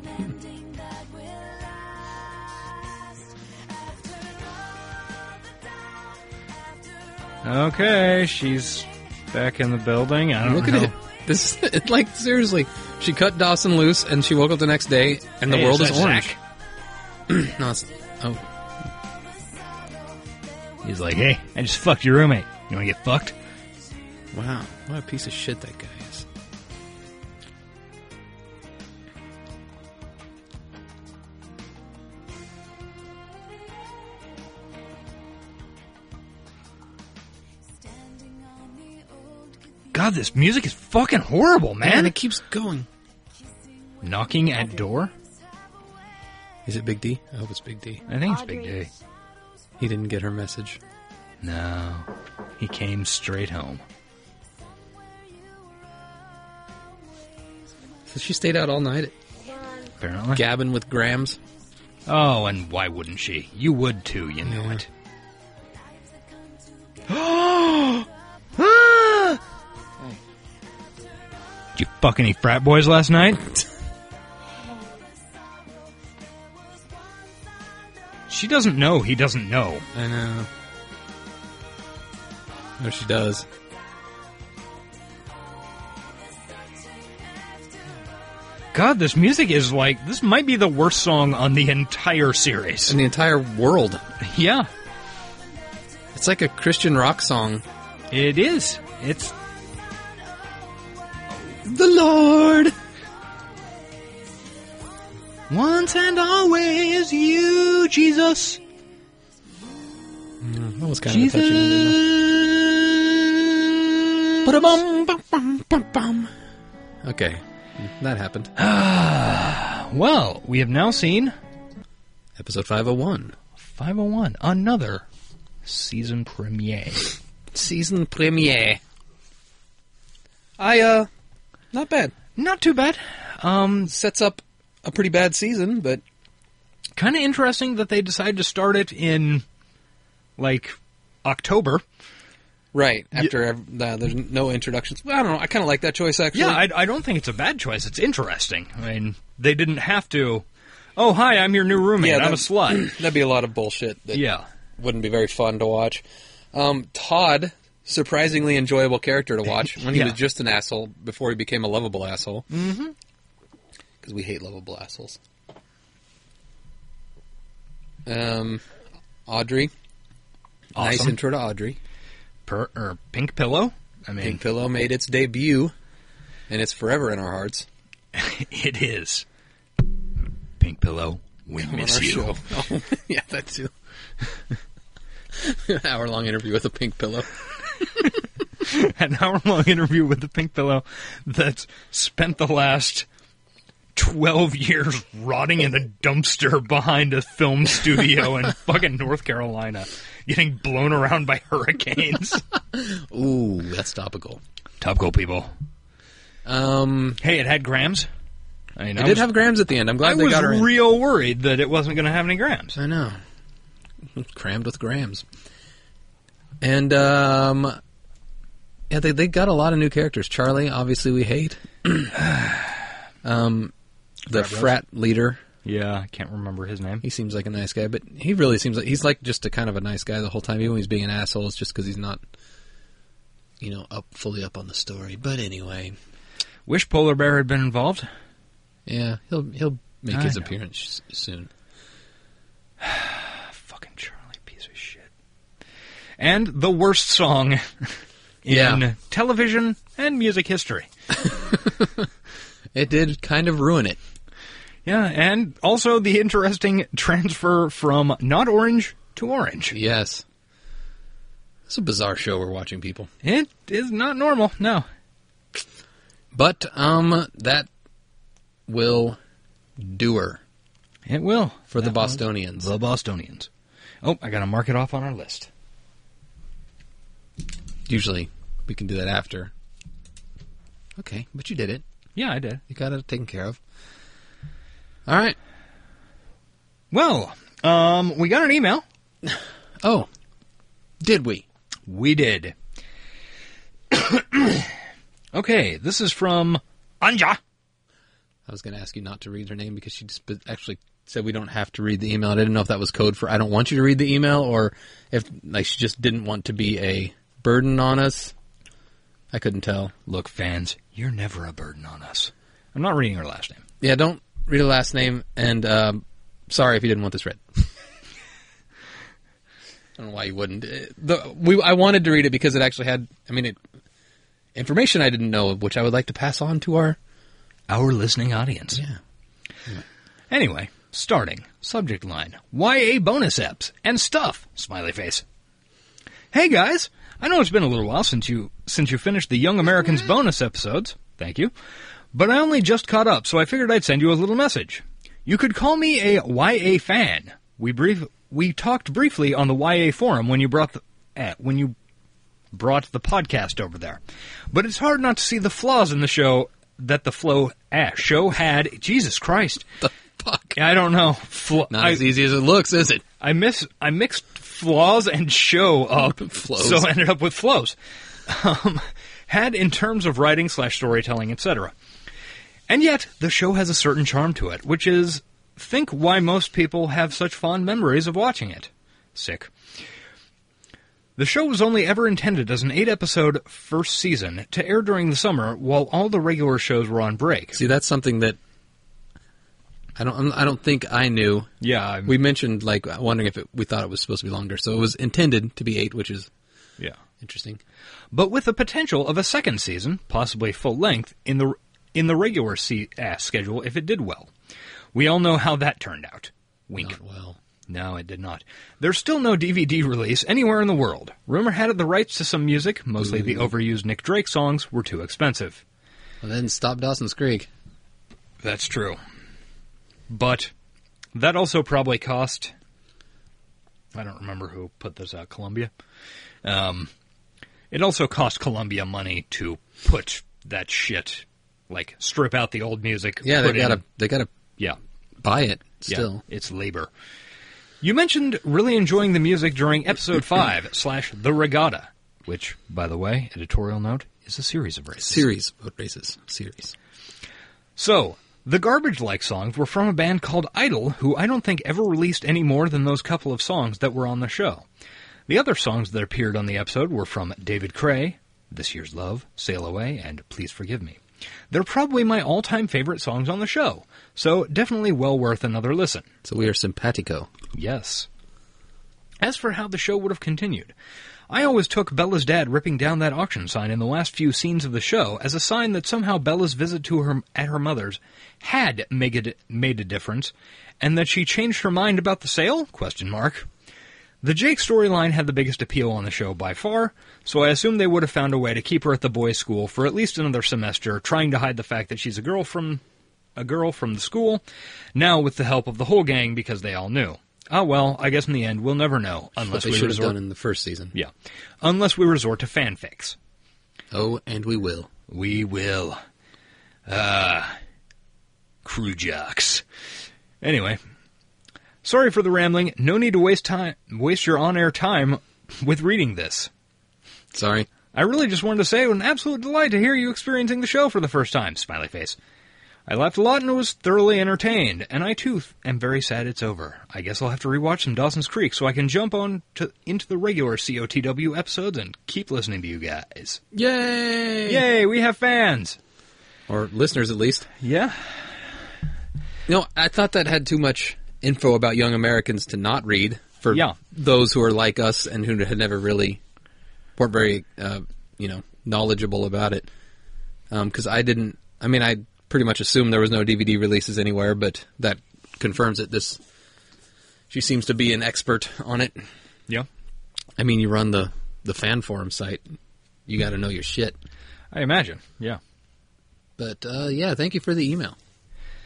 okay, she's back in the building. I don't
Look
know.
at it. This is like seriously. She cut Dawson loose, and she woke up the next day, and the
Hey,
world
is
is
that
orange. no, it's, oh,
He's like, hey, I just fucked your roommate. You want to get fucked?
Wow, what a piece of shit that guy is.
God, this music is fucking horrible, man.
and it keeps going.
Knocking at door?
Is it Big D? I hope it's Big D.
I think it's Big D.
He didn't get her message.
No. He came straight home.
So she stayed out all night,
apparently.
gabbing with Grams.
Oh, and why wouldn't she? You would too, you know it. Ah! Did you fuck any frat boys last night? she doesn't know he doesn't know.
I know. No, she does.
God, this music is like this might be the worst song on the entire series.
In the entire world.
Yeah.
It's like a Christian rock song.
It is. It's
the Lord.
Once and always you, Jesus.
Mm, that was kind of a touching one, didn't
Jesus.
it? Ba-da-bum, bum, bum, bum. Okay, that happened.
well, we have now seen
Episode 501.
501, another season premiere.
Season premiere. I, uh, not bad.
Not too bad. Um,
Sets up a pretty bad season, but
kind of interesting that they decided to start it in like October.
Right after ev- uh, there's no introductions. Well, I don't know. I kind of like that choice actually.
Yeah, I, I don't think it's a bad choice. It's interesting. I mean, they didn't have to. Oh, hi, I'm your new roommate. I'm a
that-
slut.
That'd be a lot of bullshit. That
Yeah.
wouldn't be very fun to watch. Um, Todd surprisingly enjoyable character to watch when he
Yeah.
was just an asshole before he became a lovable asshole.
Mhm.
Because we hate lovable assholes. Um, Audrey. Nice
Awesome.
intro to Audrey.
Per, er, Pink Pillow. I mean,
Pink Pillow made its debut, and it's forever in our hearts.
it is. Pink Pillow, we
Come on
miss
our
you.
show. Oh, yeah, that too. An hour long interview with a pink pillow.
An hour long interview with the Pink Pillow that's spent the last 12 years rotting in a dumpster behind a film studio in fucking North Carolina, getting blown around by hurricanes.
Ooh, that's topical.
Topical people.
Um,
hey, it had grams. I, mean,
It
I
did
was-
have grams at the end. I'm glad
I
they
was
got her in.
real worried that it wasn't going to have any grams.
I know. Crammed with grams. And um, yeah, they they got a lot of new characters. Charlie, obviously, we hate. um, the
Frat bros.
frat leader.
Yeah, I can't remember his name.
He seems like a nice guy, but he really seems like he's like just a kind of a nice guy the whole time. Even when he's being an asshole, it's just because he's not, you know, up fully up on the story. But anyway,
Wish Polar Bear had been involved.
yeah, he'll he'll make
I
his
know.
appearance s- soon.
Fucking Charlie, piece of shit. And the worst song in
Yeah.
television and music history.
it did kind of ruin it.
Yeah, and also the interesting transfer from not orange to orange.
Yes. It's a bizarre show we're watching, people.
It is not normal, no.
But um, that will do her.
It will.
For the Bostonians.
The Bostonians. Oh, I got to mark it off on our list.
Usually, we can do that after. Okay, but you did it.
Yeah, I did.
You got it taken care of. All right.
Well, um, we got an email.
oh, did we?
We did. okay, this is from Anja.
I was going to ask you not to read her name because she just but actually said we don't have to read the email. I didn't know if that was code for I don't want you to read the email or if like she just didn't want to be a burden on us. I couldn't tell.
Look, fans, you're never a burden on us. I'm not reading her last name.
Yeah, don't read a last name. And um, sorry if you didn't want this read. I don't know why you wouldn't. Uh, The, we I wanted to read it because it actually had. I mean, it information I didn't know of, which I would like to pass on to our
our listening audience.
Yeah.
Anyway, starting subject line: YA bonus eps and stuff. Smiley face. Hey guys, I know it's been a little while since you since you finished the Young Americans bonus episodes. Thank you, but I only just caught up, so I figured I'd send you a little message. You could call me a YA fan. We brief we talked briefly on the YA forum when you brought the eh, when you brought the podcast over there. But it's hard not to see the flaws in the show that the flow eh, show had. Jesus Christ.
The fuck?
I don't know. Fl-
Not
I-
as easy as it looks, is it?
I miss I mixed flaws and show up,
Oh, Flows.
so I ended up with flows. Um, had in terms of writing slash storytelling, etc. And yet, the show has a certain charm to it, which is think why most people have such fond memories of watching it. Sick. The show was only ever intended as an eight episode first season to air during the summer while all the regular shows were on break.
See, that's something that I don't. I don't think I knew.
Yeah,
we mentioned like wondering if it, we thought it was supposed to be longer, so it was intended to be eight, which is
Yeah.
interesting.
but with the potential of a second season, possibly full length, in the in the regular se- uh, schedule if it did well. We all know how that turned out. Wink. Not
well.
No, it did not. There's still no DVD release anywhere in the world. Rumor had it the rights to some music, mostly the
Ooh.
overused Nick Drake songs, were too expensive.
Well, then stop Dawson's Creek.
That's true. But that also probably cost. I don't remember who put this out, Columbia. Um, it also cost Columbia money to put that shit, like strip out the old music.
Yeah, they
put in-
gotta they gotta
yeah
buy it
Yeah,
still.
it's labor. You mentioned really enjoying the music during episode five slash the regatta, which, by the way, editorial note is a series of races.
Series of races, series.
So, the garbage like songs were from a band called Idol, who I don't think ever released any more than those couple of songs that were on the show. The other songs that appeared on the episode were from David Cray, This Year's Love, Sail Away, and Please Forgive Me. They're probably my all time favorite songs on the show, so definitely well worth another listen.
So we are simpatico.
Yes. As for how the show would have continued, I always took Bella's dad ripping down that auction sign in the last few scenes of the show as a sign that somehow Bella's visit to her at her mother's had made a, made a difference, and that she changed her mind about the sale? Question mark. The Jake storyline had the biggest appeal on the show by far, so I assume they would have found a way to keep her at the boys' school for at least another semester, trying to hide the fact that she's a girl from a girl from the school, now with the help of the whole gang because they all knew. Ah well, I guess in the end we'll never know unless
they
we
should have
resort
done in the first season.
Yeah. unless we resort to fanfics.
Oh, and we will.
We will. Uh, crew jocks. Anyway, sorry for the rambling. No need to waste time, waste your on-air time with reading this.
Sorry.
I really just wanted to say it was an absolute delight to hear you experiencing the show for the first time. Smiley face. I laughed a lot and was thoroughly entertained, and I too am very sad it's over. I guess I'll have to rewatch some Dawson's Creek so I can jump on to into the regular COTW episodes and keep listening to you guys.
Yay!
Yay, we have fans.
Or listeners, at least.
Yeah.
No, I thought that had too much info about young Americans to not read for
Yeah.
those who are like us and who had never really weren't very, uh, you know, knowledgeable about it. Because I didn't. I mean, I pretty much assumed there was no DVD releases anywhere, but that confirms it. This she seems to be an expert on it.
Yeah.
I mean, you run the the fan forum site. You got to know your shit.
I imagine. Yeah.
But uh, yeah, thank you for the email.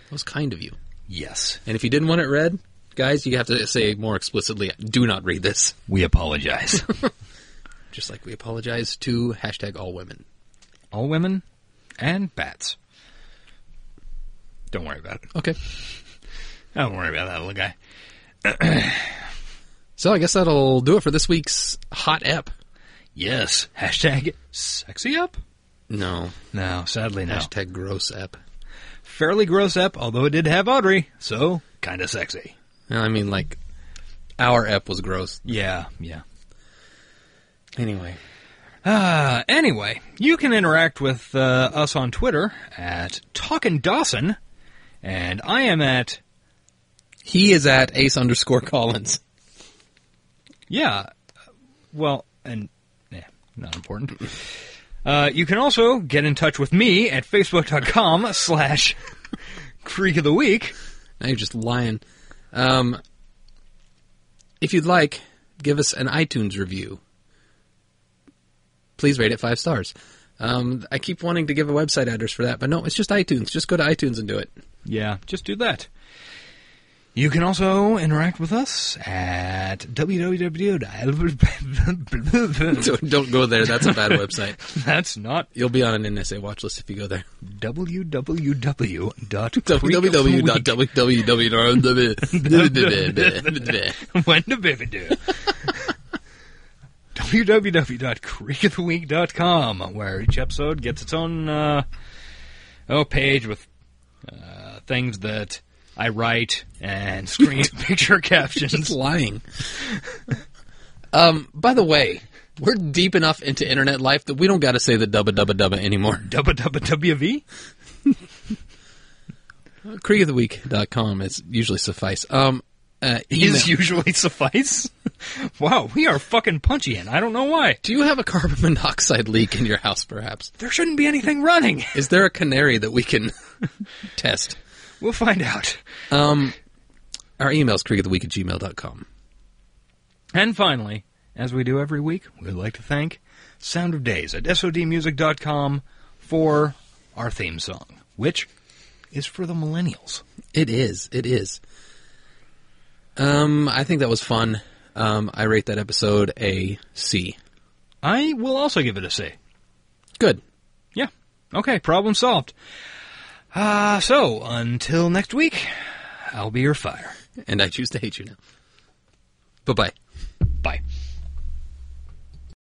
That was kind of you.
Yes.
And if you didn't want it read, guys, you have to say more explicitly, do not read this.
We apologize.
Just like we apologize to hashtag all women.
All women and bats. Don't worry about it.
Okay.
Don't worry about that little guy.
So I guess that'll do it for this week's hot ep.
Yes. Hashtag sexy up?
No.
No, sadly no.
Hashtag gross ep.
Fairly gross up, although it did have Audrey, so kinda sexy.
I mean, like, our ep was gross.
Yeah, yeah.
Anyway.
Uh, anyway, you can interact with uh, us on Twitter at Talkin' Dawson, and I am at
He is at ace underscore Collins.
yeah. Well, and yeah, not important. Uh, you can also get in touch with me at facebook.com slash Creek of the Week.
Now you're just lying. Um, if you'd like, give us an iTunes review. Please rate it five stars. Um, I keep wanting to give a website address for that, but no, it's just iTunes. Just go to iTunes and do it.
Yeah, just do that. You can also interact with us at www.
Don't- Don't go there. That's a bad website.
That's not
You'll be on an NSA watch list if you go there.
www.
www.www.
when the baby do. www.creekoftheweek.com, where each episode gets its own uh, oh page with uh, things that I write and screen picture
Just
captions.
lying. Um, by the way, we're deep enough into internet life that we don't got to say the dubba dubba dubba anymore.
www.
creekoftheweek.com is usually suffice. Um, uh, email.
Is usually suffice. wow, we are fucking punchy, and I don't know why.
Do you have a carbon monoxide leak in your house, perhaps?
There shouldn't be anything running.
Is there a canary that we can test?
We'll find out.
Um, our email is creekoftheweek at gmail.com.
And finally, as we do every week, we'd like to thank Sound of Days at SODmusic.com for our theme song, which is for the millennials.
It is. It is. Um, I think that was fun. Um, I rate that episode a C.
I will also give it a C.
Good.
Yeah. Okay, problem solved. Uh, so, until next week, I'll be your fire.
And I choose to hate you now. Bye bye.
Bye.